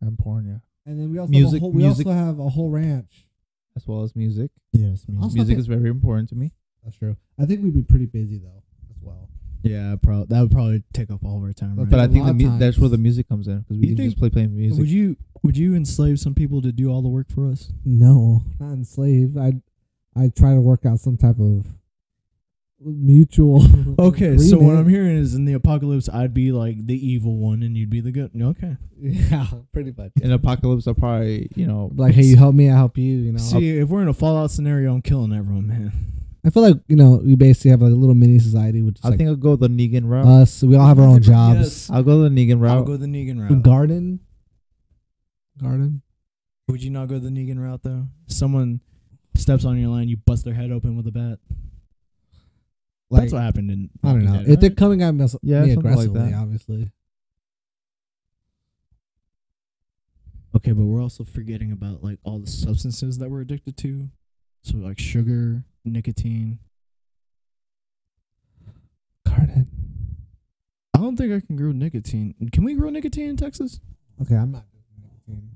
Speaker 1: And porn, yeah.
Speaker 3: And then we also have a
Speaker 1: Music-
Speaker 3: whole, we
Speaker 1: music-
Speaker 3: also have a whole ranch.
Speaker 1: As well as music.
Speaker 2: Yes, me.
Speaker 3: Also-
Speaker 1: music
Speaker 3: think-
Speaker 1: is very important to me.
Speaker 3: That's true. I think we'd be pretty busy though as well.
Speaker 2: Yeah, probably that would probably take up all of our time.
Speaker 3: But
Speaker 1: But I
Speaker 3: a
Speaker 1: think
Speaker 3: lot
Speaker 1: the
Speaker 3: of
Speaker 1: mu- that's where the
Speaker 3: times-
Speaker 1: music comes in because we
Speaker 2: You
Speaker 1: can
Speaker 2: think-
Speaker 1: just play playing music.
Speaker 2: you would you enslave some people to do all the work for us?
Speaker 3: No, not enslaved. I I try to work out some type of mutual.
Speaker 2: Okay, so what I'm
Speaker 3: agreement.
Speaker 2: hearing is in the apocalypse, I'd be like the evil one, and you'd be the good. Okay,
Speaker 3: yeah, pretty much.
Speaker 1: in apocalypse, I'll probably you know
Speaker 3: Like, hey, you help me, I help you. You know,
Speaker 2: see, if we're in a Fallout scenario, I'm killing everyone, man.
Speaker 3: I feel like you know we basically have like a little mini society, which is
Speaker 1: I
Speaker 3: like Uh,
Speaker 1: think I'll go the Negan route.
Speaker 3: us. We all have our own jobs.
Speaker 2: Yes,
Speaker 1: I'll go the Negan
Speaker 2: I'll
Speaker 1: route.
Speaker 2: go the Negan route.
Speaker 3: Garden, garden.
Speaker 2: Would you not go the Negan route though? Someone steps on your line, you bust their head open with a bat.
Speaker 3: Like
Speaker 2: That's what happened in.
Speaker 3: I don't
Speaker 2: Walking
Speaker 3: know.
Speaker 2: Dead,
Speaker 3: If they're
Speaker 2: right?
Speaker 3: coming at me, as-
Speaker 1: Yeah,
Speaker 3: me
Speaker 1: something like
Speaker 3: aggressively,
Speaker 1: that.
Speaker 3: obviously.
Speaker 2: Okay, but we're also forgetting about like all the substances that we're addicted to, so like sugar, nicotine.
Speaker 3: Garden.
Speaker 2: I don't think I can grow nicotine. Can we grow nicotine in Texas?
Speaker 3: Okay, I'm not. doing anything.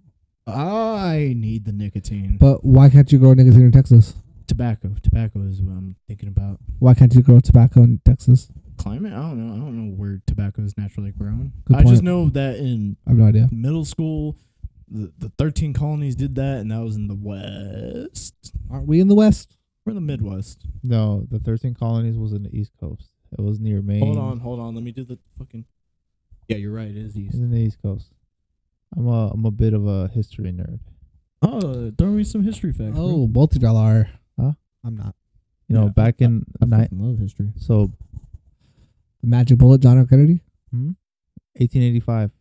Speaker 2: I need the nicotine.
Speaker 3: But why can't you grow nicotine in Texas?
Speaker 2: tobacco, tobacco is what I'm thinking about.
Speaker 3: Why can't you grow tobacco in Texas?
Speaker 2: Climate? I don't know. I don't know where tobacco is naturally grown.
Speaker 3: Good
Speaker 2: I
Speaker 3: point.
Speaker 2: just know that in
Speaker 3: I have no idea.
Speaker 2: middle school, the, the 13 colonies did that, and that was in the West.
Speaker 3: Aren't we in the West?
Speaker 2: We're in the Midwest.
Speaker 1: No, the thirteen colonies was in the East Coast. It was near Maine.
Speaker 2: Hold on, hold on. Let me do the fucking. Yeah, you're right. It is
Speaker 1: It's
Speaker 2: east.
Speaker 1: in the East Coast. I'm a I'm a bit of a history nerd.
Speaker 2: Oh, throw me some history facts.
Speaker 3: Oh, both of y'all are.
Speaker 1: Huh?
Speaker 3: I'm not.
Speaker 1: You know,
Speaker 2: Yeah,
Speaker 1: back in ni-
Speaker 2: love history.
Speaker 1: so
Speaker 3: The magic bullet, John F. Kennedy?
Speaker 1: hmm? 1885.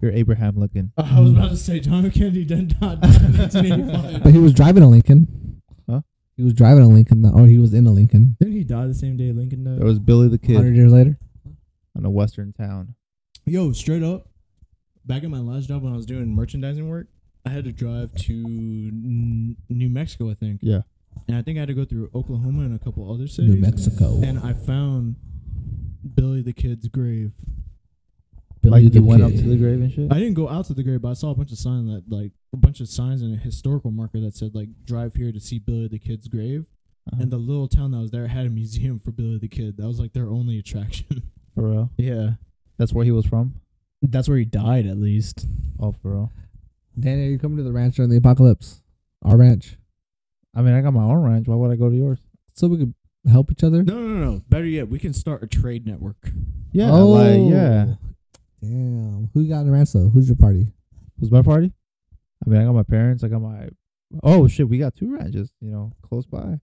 Speaker 1: You're Abraham Lincoln.
Speaker 2: I was about to say John F. Kennedy did not die in 1985.
Speaker 3: But he was driving a Lincoln.
Speaker 1: Huh?
Speaker 3: He was driving a Lincoln, or he was in a Lincoln.
Speaker 2: Didn't he die the same day Lincoln died?
Speaker 1: There was Billy the Kid
Speaker 3: 100 years later?
Speaker 1: in a western town.
Speaker 2: Yo, straight up. Back in my last job when I was doing merchandising work, I had to drive to N- New Mexico, I think.
Speaker 1: Yeah.
Speaker 2: And I think I had to go through Oklahoma and a couple other cities.
Speaker 3: New Mexico.
Speaker 2: And I found Billy the Kid's grave.
Speaker 3: Billy
Speaker 1: like
Speaker 3: the
Speaker 1: you went up
Speaker 3: Kid.
Speaker 1: to the grave and shit.
Speaker 2: I didn't go out to the grave, but I saw a bunch of signs that like a bunch of signs and a historical marker that said like drive here to see Billy the Kid's grave.
Speaker 1: Uh-huh.
Speaker 2: And the little town that was there had a museum for Billy the Kid. That was like their only attraction.
Speaker 1: For real.
Speaker 2: yeah.
Speaker 1: That's where he was from.
Speaker 2: That's where he died at least.
Speaker 1: Oh, for real.
Speaker 3: Danny, are you coming to the ranch during the apocalypse? Our ranch.
Speaker 1: I mean, I got my own ranch. Why would I go to yours?
Speaker 3: So we could help each other?
Speaker 2: No, no, no. Better yet, we can start a trade network.
Speaker 1: Yeah,
Speaker 3: Oh.
Speaker 1: like yeah. It
Speaker 3: Damn. Who you got in the ranch, though? Who's your party?
Speaker 1: was my party. I mean, I got my parents. I got my Oh shit, we got two ranches, you know, close by.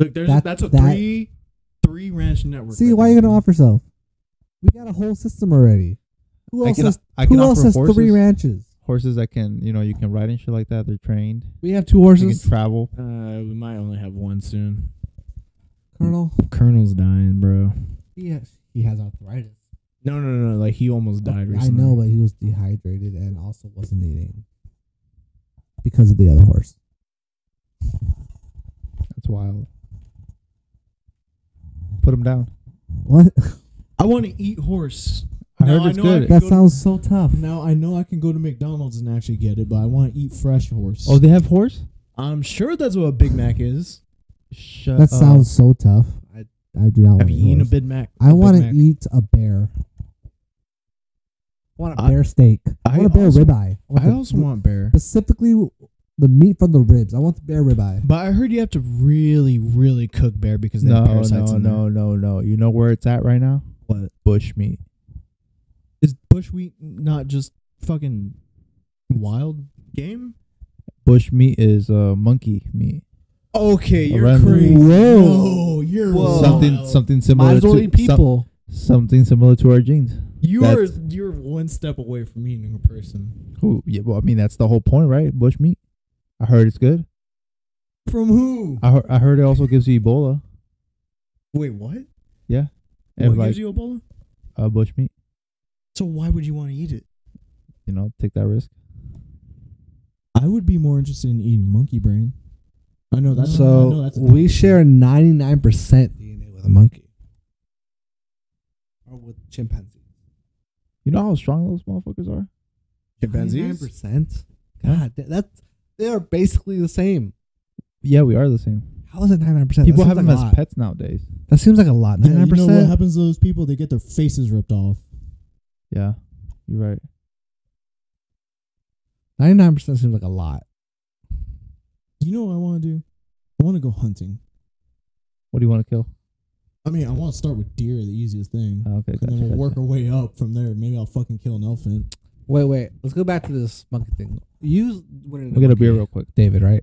Speaker 2: Look, there's
Speaker 3: That-
Speaker 2: that's a
Speaker 3: that-
Speaker 2: three three ranch network.
Speaker 3: See,
Speaker 2: right
Speaker 3: why are you
Speaker 2: there.
Speaker 3: gonna offer self? We got a whole system already. Who
Speaker 1: I
Speaker 3: else
Speaker 1: can,
Speaker 3: has,
Speaker 1: I can
Speaker 3: who else
Speaker 1: offer
Speaker 3: has
Speaker 1: horses.
Speaker 3: three ranches?
Speaker 1: horses that can, you know, you can ride and shit like that. They're trained.
Speaker 3: We have two
Speaker 1: You can
Speaker 3: horses,
Speaker 1: travel.
Speaker 2: Uh, we might only have one soon.
Speaker 3: Colonel.
Speaker 2: Colonel's dying, bro.
Speaker 3: He has, he has arthritis.
Speaker 2: No, no, no. Like he almost died
Speaker 3: I
Speaker 2: recently.
Speaker 3: know, but he was dehydrated and also wasn't eating because of the other horse.
Speaker 1: That's wild. Put them down.
Speaker 3: What?
Speaker 2: I want to eat horse.
Speaker 1: I
Speaker 2: No,
Speaker 1: heard
Speaker 2: I
Speaker 1: it's
Speaker 2: know I
Speaker 1: good.
Speaker 2: can-
Speaker 3: That
Speaker 2: go to-
Speaker 3: sounds so tough.
Speaker 2: Now I know I can go to McDonald's and actually get it, but I want to eat fresh horse.
Speaker 1: Oh, they have horse.
Speaker 2: I'm sure that's what a Big Mac is.
Speaker 1: Shut
Speaker 3: That
Speaker 1: up.
Speaker 3: sounds so tough. Uh, I, I do not want
Speaker 2: Have
Speaker 3: to
Speaker 2: you eaten
Speaker 3: eat
Speaker 2: a
Speaker 3: horse.
Speaker 2: Big Mac?
Speaker 3: I want to
Speaker 2: Mac?
Speaker 3: eat a bear. I want a
Speaker 1: I-
Speaker 3: bear steak. I
Speaker 1: I
Speaker 3: want a bear
Speaker 2: also-
Speaker 3: ribeye. want
Speaker 2: I
Speaker 3: the-
Speaker 2: also want bear.
Speaker 3: specifically the meat from the ribs. I want the bear ribeye.
Speaker 2: But I heard you have to really, really cook bear because they
Speaker 1: No,
Speaker 2: have parasites
Speaker 1: no,
Speaker 2: in
Speaker 1: no,
Speaker 2: there.
Speaker 1: no, no. You know where it's at right now?
Speaker 2: What
Speaker 1: Bush meat.
Speaker 2: is bush wheat? Not just fucking wild game.
Speaker 1: Bush meat is uh, monkey meat.
Speaker 2: Okay,
Speaker 1: you're Around the- crazy.
Speaker 2: Whoa, you're
Speaker 3: Whoa.
Speaker 1: Something,
Speaker 2: wild.
Speaker 1: something similar to some-
Speaker 3: people.
Speaker 1: something similar to our genes.
Speaker 2: You are
Speaker 1: That's-
Speaker 2: you're one step away from eating a person.
Speaker 1: Who? Yeah, well, I mean that's the whole point, right? Bush meat. I heard it's good.
Speaker 2: From who?
Speaker 1: I heard, I heard it also gives you Ebola.
Speaker 2: Uh, Wait, what?
Speaker 1: And
Speaker 2: what
Speaker 1: like
Speaker 2: gives you Ebola?
Speaker 1: uh, bush meat,
Speaker 2: So why would you want to eat it?
Speaker 1: you know, take that risk.
Speaker 2: I would be more interested in eating monkey brain. I know that's I know
Speaker 3: Oh, so
Speaker 2: that's a-
Speaker 3: we share ninety nine percent DNA with a monkey, or with chimpanzee.
Speaker 1: You know how strong those motherfuckers are.
Speaker 3: Ninety-nine percent. God, that- that's they are basically the same.
Speaker 1: Yeah, we are the same.
Speaker 3: How is it ninety-nine percent?
Speaker 1: People have
Speaker 3: like
Speaker 1: them
Speaker 3: a
Speaker 1: as
Speaker 3: lot.
Speaker 1: pets nowadays.
Speaker 3: That seems like a lot.
Speaker 2: Yeah, you
Speaker 3: Ninety-nine
Speaker 2: know what
Speaker 3: percent.
Speaker 2: happens to those people? They get their faces ripped off.
Speaker 1: Yeah, you're right.
Speaker 3: Ninety-nine percent seems like a lot.
Speaker 2: You know what I want to do? I want to go hunting.
Speaker 1: What do you want to kill?
Speaker 2: I mean, I want to start with deer, the easiest thing.
Speaker 1: Oh, okay,
Speaker 2: and
Speaker 1: gotcha,
Speaker 2: then we'll
Speaker 1: gotcha.
Speaker 2: work our way up from there. Maybe I'll fucking kill an elephant.
Speaker 3: Wait, wait. Let's go back to this monkey thing. You went into
Speaker 1: We'll get a beer real quick.
Speaker 3: David, right?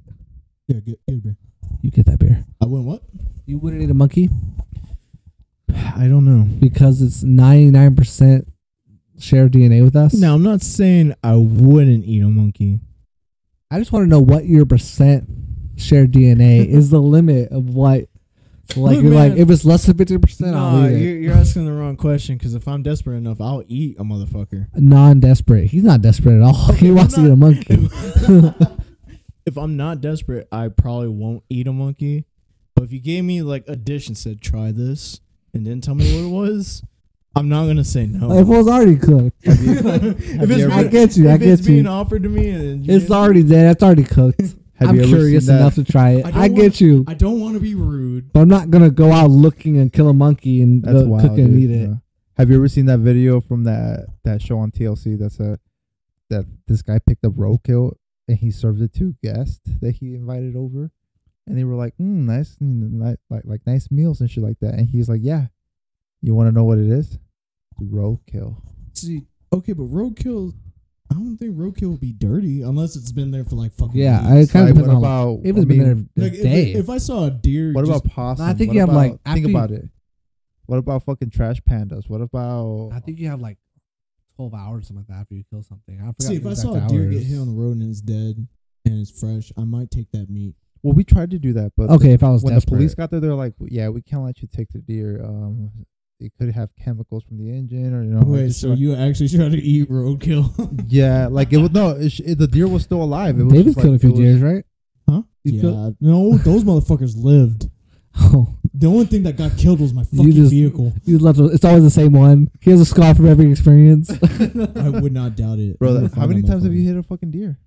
Speaker 2: Yeah, good, good beer.
Speaker 3: You get that beer.
Speaker 2: I went what?
Speaker 3: You wouldn't eat a monkey
Speaker 2: I don't know.
Speaker 3: because it's ninety-nine percent share DNA with us.
Speaker 2: Now, I'm not saying I wouldn't eat a monkey.
Speaker 3: I just want to know what your percent shared DNA is the limit of what. Like
Speaker 2: Look,
Speaker 3: you're like
Speaker 2: man.
Speaker 3: if it's less than fifty percent, I'll
Speaker 2: Nah,
Speaker 3: eat it.
Speaker 2: you're, you're asking the wrong question because if I'm desperate enough, I'll eat a motherfucker.
Speaker 3: Non-desperate. He's not desperate at all.
Speaker 2: Okay,
Speaker 3: he
Speaker 2: I'm
Speaker 3: wants to
Speaker 2: not-
Speaker 3: eat a monkey.
Speaker 2: if I'm not desperate, I probably won't eat a monkey. But if you gave me like a dish and said, try this, and then tell me what it was, I'm not going to say
Speaker 3: Like, if it
Speaker 2: no.
Speaker 3: was already cooked,
Speaker 2: if it's,
Speaker 1: ever-
Speaker 3: I get you. I
Speaker 2: if it's
Speaker 3: get
Speaker 2: being
Speaker 3: you.
Speaker 2: offered to me, and you
Speaker 3: It's
Speaker 2: didn't-
Speaker 3: already there. It's already cooked.
Speaker 1: Have
Speaker 3: I'm
Speaker 1: you ever
Speaker 3: curious
Speaker 1: seen that-
Speaker 3: enough to try it.
Speaker 2: I don't
Speaker 3: I,
Speaker 2: wanna-
Speaker 3: get you,
Speaker 2: I don't want to be rude.
Speaker 3: but I'm not gonna go out looking and kill a monkey and
Speaker 1: That's
Speaker 3: go
Speaker 1: wild.
Speaker 3: cook it and
Speaker 1: dude.
Speaker 3: eat it.
Speaker 1: Yeah. eh. Have you ever seen that video from that that show on TLC? That's a that this guy picked up roadkill and he served it to guests that he invited over, and they were like, mm, "Nice, mm, ni- like like nice meals and shit like that." And he's like, "Yeah, you want to know what it is? Roadkill."
Speaker 2: See, okay, but roadkill, I don't think roadkill would be dirty unless it's been there for like fucking
Speaker 3: Yeah, I
Speaker 2: days.
Speaker 3: kind of
Speaker 1: Like,
Speaker 3: depends
Speaker 1: what
Speaker 3: on
Speaker 1: about
Speaker 3: if
Speaker 1: I
Speaker 3: it's been
Speaker 1: mean,
Speaker 3: there a
Speaker 2: Like, if,
Speaker 3: day.
Speaker 2: if I saw a deer,
Speaker 1: What
Speaker 2: just-
Speaker 1: about possum?
Speaker 3: I think
Speaker 1: What
Speaker 3: you have,
Speaker 1: about-
Speaker 3: like, after
Speaker 1: think
Speaker 3: you-
Speaker 1: about it. What about fucking trash pandas? What about
Speaker 3: I think you have like 12 hours or something like that after you kill something. I forgot
Speaker 2: See, if
Speaker 3: the
Speaker 2: I
Speaker 3: exact
Speaker 2: saw a deer
Speaker 3: hours.
Speaker 2: get hit on the road and it's dead and it's fresh, I might take that meat.
Speaker 1: Well, we tried to do that, but
Speaker 3: Okay, if I was
Speaker 1: when
Speaker 3: desperate.
Speaker 1: the police got there, they're like, "Yeah, we can't let you take the deer. Um, it could have chemicals from the engine, or you know." like,
Speaker 2: Wait,
Speaker 1: it's
Speaker 2: so
Speaker 1: like-
Speaker 2: you actually try to eat roadkill?
Speaker 1: Yeah, like it was no. It, sh- it, the deer was still alive. It was
Speaker 3: David's
Speaker 1: just, like,
Speaker 3: killed a
Speaker 1: it
Speaker 3: few
Speaker 1: was-
Speaker 3: deers, right?
Speaker 2: huh?
Speaker 3: You
Speaker 2: yeah.
Speaker 3: could-
Speaker 2: No, those motherfuckers lived.
Speaker 3: Oh,
Speaker 2: The only thing that got killed was my fucking
Speaker 3: just-
Speaker 2: vehicle.
Speaker 3: you left. It's always the same one. He has a scar from every experience.
Speaker 2: I would not doubt it. I'm
Speaker 1: Bro,
Speaker 2: gonna
Speaker 1: that- how
Speaker 2: find
Speaker 1: many
Speaker 2: that
Speaker 1: times have you
Speaker 2: motherfucker.
Speaker 1: hit a fucking deer?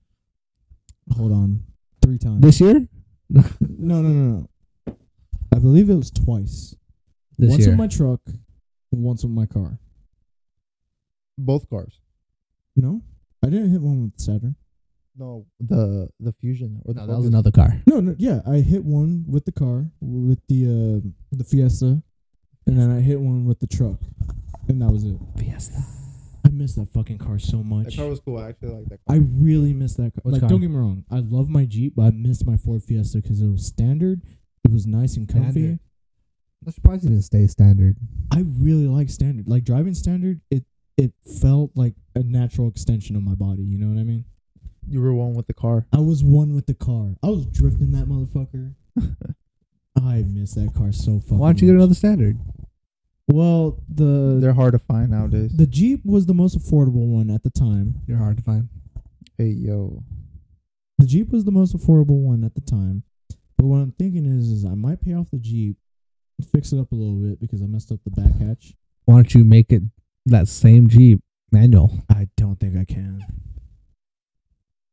Speaker 2: Hold on, three times.
Speaker 3: this year?
Speaker 2: no, no, no, no. I believe it was twice.
Speaker 3: This
Speaker 2: once
Speaker 3: year.
Speaker 2: with my truck, once with my car.
Speaker 1: Both cars.
Speaker 2: No, I didn't hit one with Saturn.
Speaker 1: No, the the fusion or the
Speaker 3: no, that was
Speaker 1: Focus.
Speaker 3: another car.
Speaker 2: No, no, yeah, I hit one with the car with the uh, the Fiesta, and then I hit one with the truck, and that was it.
Speaker 3: Fiesta.
Speaker 2: I miss that fucking car so
Speaker 1: That
Speaker 2: much.
Speaker 1: car was cool. I actually like that.
Speaker 2: I really miss that car.
Speaker 4: Which
Speaker 2: like,
Speaker 4: car?
Speaker 2: don't get me wrong, I love my Jeep, but I miss my Ford Fiesta because it was standard. It was nice and comfy.
Speaker 3: Standard. I'm surprised you didn't stay standard.
Speaker 2: I really like standard. Like driving standard, it it felt like a natural extension of my body. You know what I mean?
Speaker 1: You were one with the car.
Speaker 2: I was one with the car. I was drifting that motherfucker. I miss that car so fucking.
Speaker 3: Why don't you get
Speaker 2: much.
Speaker 3: another standard?
Speaker 2: Well, the
Speaker 1: They're hard to find nowadays.
Speaker 2: the Jeep was the most affordable one at the time.
Speaker 3: You're hard to find.
Speaker 1: Hey yo,
Speaker 2: The Jeep was the most affordable one at the time. But what I'm thinking is, is I might pay off the Jeep, fix it up a little bit because I messed up the back hatch.
Speaker 3: Why don't you make it that same Jeep manual?
Speaker 2: I don't think I can.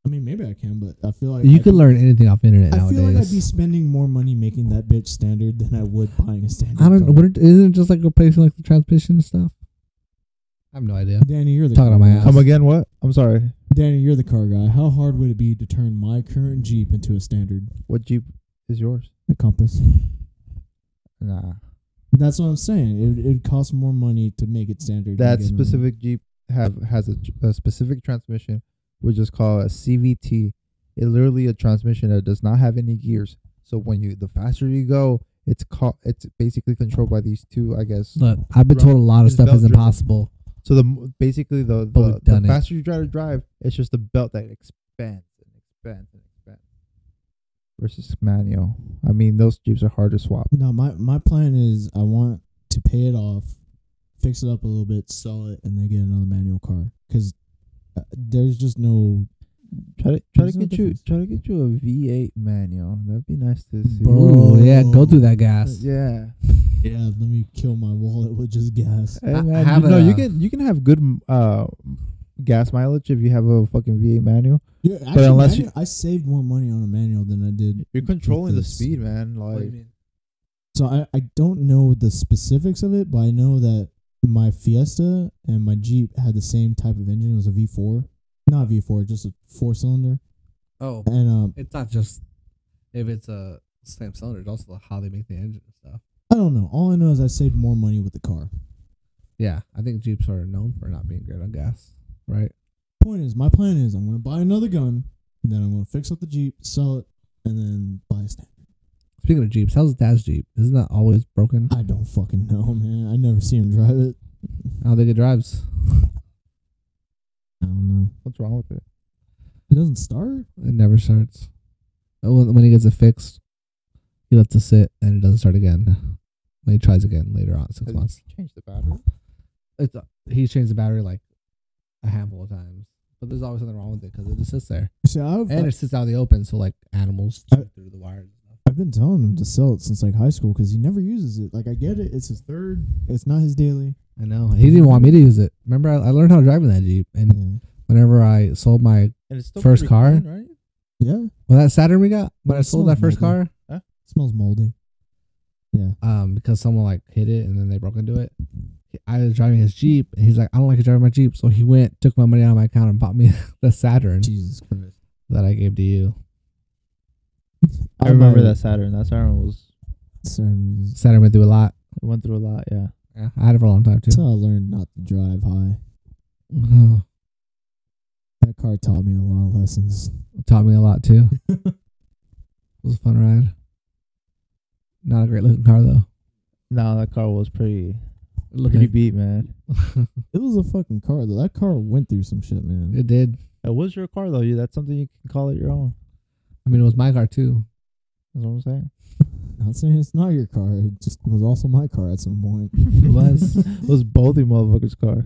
Speaker 2: I mean, maybe I can, but I feel like
Speaker 3: You
Speaker 2: I'd
Speaker 3: can
Speaker 2: be-
Speaker 3: learn anything off the internet
Speaker 2: I
Speaker 3: nowadays.
Speaker 2: feel like I'd be spending more money making that bitch standard than I would buying a standard.
Speaker 3: I don't know.
Speaker 2: car.
Speaker 3: Wouldn't, isn't it just like replacing like the transmission and stuff? I have no idea.
Speaker 2: Danny, you're the
Speaker 3: Talking
Speaker 2: car
Speaker 3: out my
Speaker 2: guy.
Speaker 3: ass.
Speaker 1: come Um, again? What? I'm sorry.
Speaker 2: Danny, you're the car guy. How hard would it be to turn my current Jeep into a standard
Speaker 1: What Jeep is yours?
Speaker 2: a compass?
Speaker 1: Nah,
Speaker 2: That's what I'm saying. It would cost more money to make it standard. than
Speaker 1: that
Speaker 2: getting
Speaker 1: specific Jeep have has a, tr- a specific transmission, which is called a CVT. It literally a transmission that does not have any gears. So when you the faster you go, it's caught. It's basically controlled by these two, I guess.
Speaker 3: Look, I've been
Speaker 1: Right.
Speaker 3: told a lot of
Speaker 1: It's
Speaker 3: stuff is
Speaker 1: belt-driven.
Speaker 3: impossible.
Speaker 1: So the m- basically the
Speaker 3: But we've
Speaker 1: the, the
Speaker 3: done it.
Speaker 1: faster you try to drive, it's just the belt that expands and expands and expands. Versus manual. I mean, those Jeeps are hard to swap.
Speaker 2: a- No, my my plan is I want to pay it off, fix it up a little bit, sell it, and then get another manual car. Because uh, there's just no
Speaker 1: Try to try
Speaker 2: There's
Speaker 1: to
Speaker 2: no
Speaker 1: get you
Speaker 2: difference.
Speaker 1: try to get you a V8 manual. That'd be nice to see.
Speaker 3: Bro,
Speaker 2: Ooh.
Speaker 3: Oh, yeah, go through that gas.
Speaker 1: Yeah.
Speaker 2: yeah. Let me kill my wallet with just gas.
Speaker 1: Hey,
Speaker 3: I-
Speaker 1: man,
Speaker 3: I have
Speaker 1: you, no, you
Speaker 3: a-
Speaker 1: can you can have good m- uh gas mileage if you have a fucking V8 manual.
Speaker 2: Yeah, actually,
Speaker 1: unless
Speaker 2: manual- I saved more money on a manual than I did.
Speaker 1: You're controlling the
Speaker 2: Because-
Speaker 1: speed, man. Like
Speaker 2: So I, I don't know the specifics of it, but I know that my Fiesta and my Jeep had the same type of engine. It was a V4, not V4, just a four cylinder.
Speaker 3: Oh,
Speaker 2: And um,
Speaker 3: it's not just if it's a same cylinder. It's also how they make the engine and stuff.
Speaker 2: I don't know. All I know is I saved more money with the car.
Speaker 3: Yeah, I think Jeeps are known for not being great on gas, right?
Speaker 2: Point is, my plan is I'm gonna buy another gun, and then I'm gonna fix up the Jeep, sell it, and then buy a stand.
Speaker 3: Speaking of Jeeps, how's Dad's Jeep? Isn't that always broken?
Speaker 2: I don't fucking know, man. I never see him drive it.
Speaker 3: How think it drives?
Speaker 2: I don't know.
Speaker 1: what's wrong with it?
Speaker 2: It doesn't start.
Speaker 3: It never starts. Uh, When, when he gets it fixed, he lets it sit and it doesn't start again. When he tries again later on, six
Speaker 1: Has
Speaker 3: months.
Speaker 1: he changed the battery.
Speaker 3: It's uh, he changed the battery like a handful of times, but there's always something wrong with it because it just sits there
Speaker 2: See, I've
Speaker 3: and it sits out in the open, so like animals
Speaker 2: I-
Speaker 3: through the wires.
Speaker 2: I've been telling him to sell it since like high school because he never uses it. Like I get it, it's his third. It's not his daily.
Speaker 3: I know he didn't want me to use it. Remember, I, I learned how to drive in that Jeep, and
Speaker 2: Yeah.
Speaker 3: whenever I sold my
Speaker 1: And it's still
Speaker 3: First
Speaker 1: pretty
Speaker 3: car?
Speaker 1: clean, right?
Speaker 2: yeah.
Speaker 3: well that Saturn we got when I
Speaker 2: It's
Speaker 3: sold
Speaker 2: not
Speaker 3: that first
Speaker 2: moldy.
Speaker 3: car,
Speaker 2: smells moldy.
Speaker 3: um, because someone like hit it and then they broke into it. I was driving his Jeep and he's like, I don't like to drive my Jeep. So he went, took my money out of my account and bought me the Saturn
Speaker 2: Jesus Christ.
Speaker 3: that I gave to you.
Speaker 1: I remember that Saturn. That Saturn was
Speaker 2: That's
Speaker 3: Saturn went through a lot.
Speaker 1: it went through a lot. Yeah.
Speaker 3: Yeah, I had it for a long time too.
Speaker 2: how I learned not to drive high.
Speaker 3: Oh,
Speaker 2: That car taught me a lot of lessons.
Speaker 3: it taught me a lot too. It was a fun ride. Not a great looking car though.
Speaker 1: No, that car was pretty pretty
Speaker 3: Looking
Speaker 1: beat, man.
Speaker 2: It was a fucking car though. That car went through some shit, man.
Speaker 3: it did.
Speaker 1: It was your car though. You that's something you can call it your own.
Speaker 3: I mean, it was my car too.
Speaker 1: That's what I'm saying.
Speaker 2: Not saying it's not your car. It just was also my car at some point.
Speaker 1: It
Speaker 3: was.
Speaker 1: it was both you motherfuckers' car.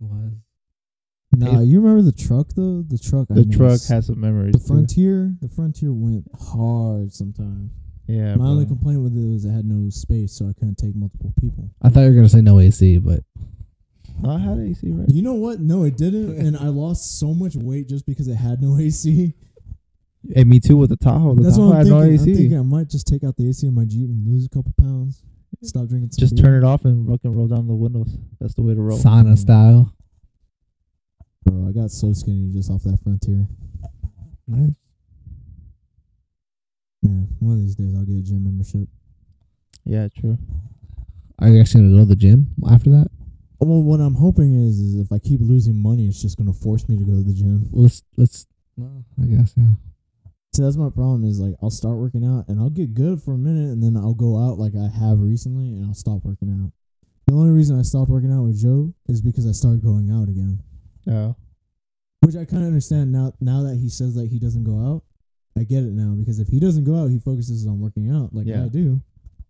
Speaker 3: It was.
Speaker 2: Nah, you remember the truck though? The truck. I
Speaker 1: The truck
Speaker 2: miss.
Speaker 1: has some memories.
Speaker 2: the
Speaker 1: too.
Speaker 2: frontier. The frontier went hard sometimes.
Speaker 1: Yeah.
Speaker 2: My only
Speaker 1: bro.
Speaker 2: complaint with it was it had no space, so I couldn't take multiple people.
Speaker 3: I thought you were gonna say no AC, but
Speaker 1: No, I had AC right.
Speaker 2: You know what? No, it didn't, and I lost so much weight just because it had no AC.
Speaker 1: And me too with the Tahoe. The
Speaker 2: That's
Speaker 1: Tahoe
Speaker 2: what I'm
Speaker 1: had
Speaker 2: thinking.
Speaker 1: no AC.
Speaker 2: I'm thinking I might just take out the AC in my Jeep and lose a couple pounds. Stop drinking. Some
Speaker 1: Just turn it off and fucking roll down the windows. That's the way to roll.
Speaker 3: sauna style.
Speaker 2: bro. I got so skinny just off that frontier.
Speaker 3: Nice.
Speaker 2: Man, one of these days I'll get a gym membership.
Speaker 1: Yeah, true.
Speaker 3: Are you actually gonna go to the gym after that?
Speaker 2: Well, what I'm hoping is, is if I keep losing money, it's just gonna force me to go to the gym.
Speaker 3: Let's let's. Well, I guess yeah.
Speaker 2: So that's my problem is like I'll start working out and I'll get good for a minute and then I'll go out like I have recently and I'll stop working out. The only reason I stopped working out with Joe is because I started going out again,
Speaker 1: Oh,
Speaker 2: which I kind of understand now. Now that he says that he doesn't go out, I get it now because if he doesn't go out, he focuses on working out like
Speaker 1: Yeah.
Speaker 2: I do.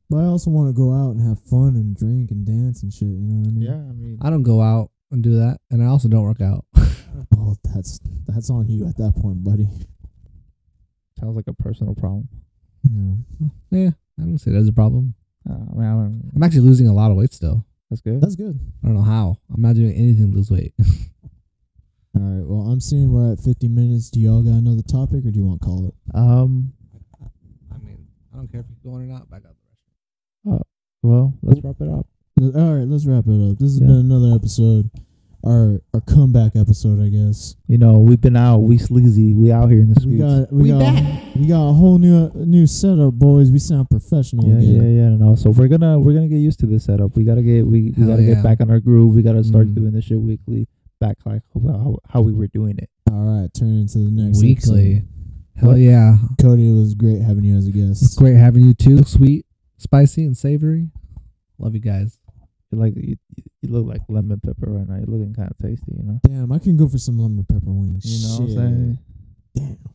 Speaker 2: But I also want to go out and have fun and drink and dance and shit. You know what I mean?
Speaker 1: yeah. I mean,
Speaker 3: I don't go out and do that, and I also don't work out.
Speaker 2: Oh, that's that's on you at that point, buddy.
Speaker 1: sounds like a personal problem.
Speaker 2: Yeah.
Speaker 3: yeah, I don't see that as a problem.
Speaker 1: Uh, I mean, I don't,
Speaker 3: I'm actually losing a lot of weight still.
Speaker 1: that's good.
Speaker 2: That's good.
Speaker 3: I don't know how. I'm not doing anything to lose weight.
Speaker 2: All right. Well, I'm seeing we're at 50 minutes. Do y'all got another topic, or do you want to call it?
Speaker 1: Um,
Speaker 3: I mean, I don't care if you're going or not. But I got the
Speaker 1: well, let's wrap it up.
Speaker 2: Th- All right. Let's wrap it up. This has
Speaker 1: Yeah.
Speaker 2: been another episode, our our comeback episode, I guess.
Speaker 1: You know, we've been out. We sleazy. We out here in the
Speaker 2: We
Speaker 1: streets.
Speaker 2: got we,
Speaker 3: We
Speaker 2: got we got a whole new new setup, boys. We sound professional
Speaker 1: yeah, yeah,
Speaker 2: again.
Speaker 1: yeah. No, so we're gonna we're gonna get used to this setup. We gotta get we, we
Speaker 3: Hell
Speaker 1: gotta
Speaker 3: yeah.
Speaker 1: get back on our groove. We gotta start
Speaker 2: Mhm.
Speaker 1: doing this shit weekly. Back like how, how, how we were doing it.
Speaker 2: All right. Turn into the next
Speaker 3: Weekly.
Speaker 2: episode.
Speaker 3: Hell
Speaker 2: What?
Speaker 3: yeah!
Speaker 2: Cody, it was great having you as a
Speaker 3: It's
Speaker 2: guest.
Speaker 3: great having you too. Sweet, spicy, and savory. Love you guys.
Speaker 1: You're like you, you look like lemon pepper right now. You're looking kind of tasty. You know.
Speaker 2: Damn, I can go for some lemon pepper wings.
Speaker 1: You know what I'm
Speaker 2: Shit.
Speaker 1: saying?
Speaker 2: Damn.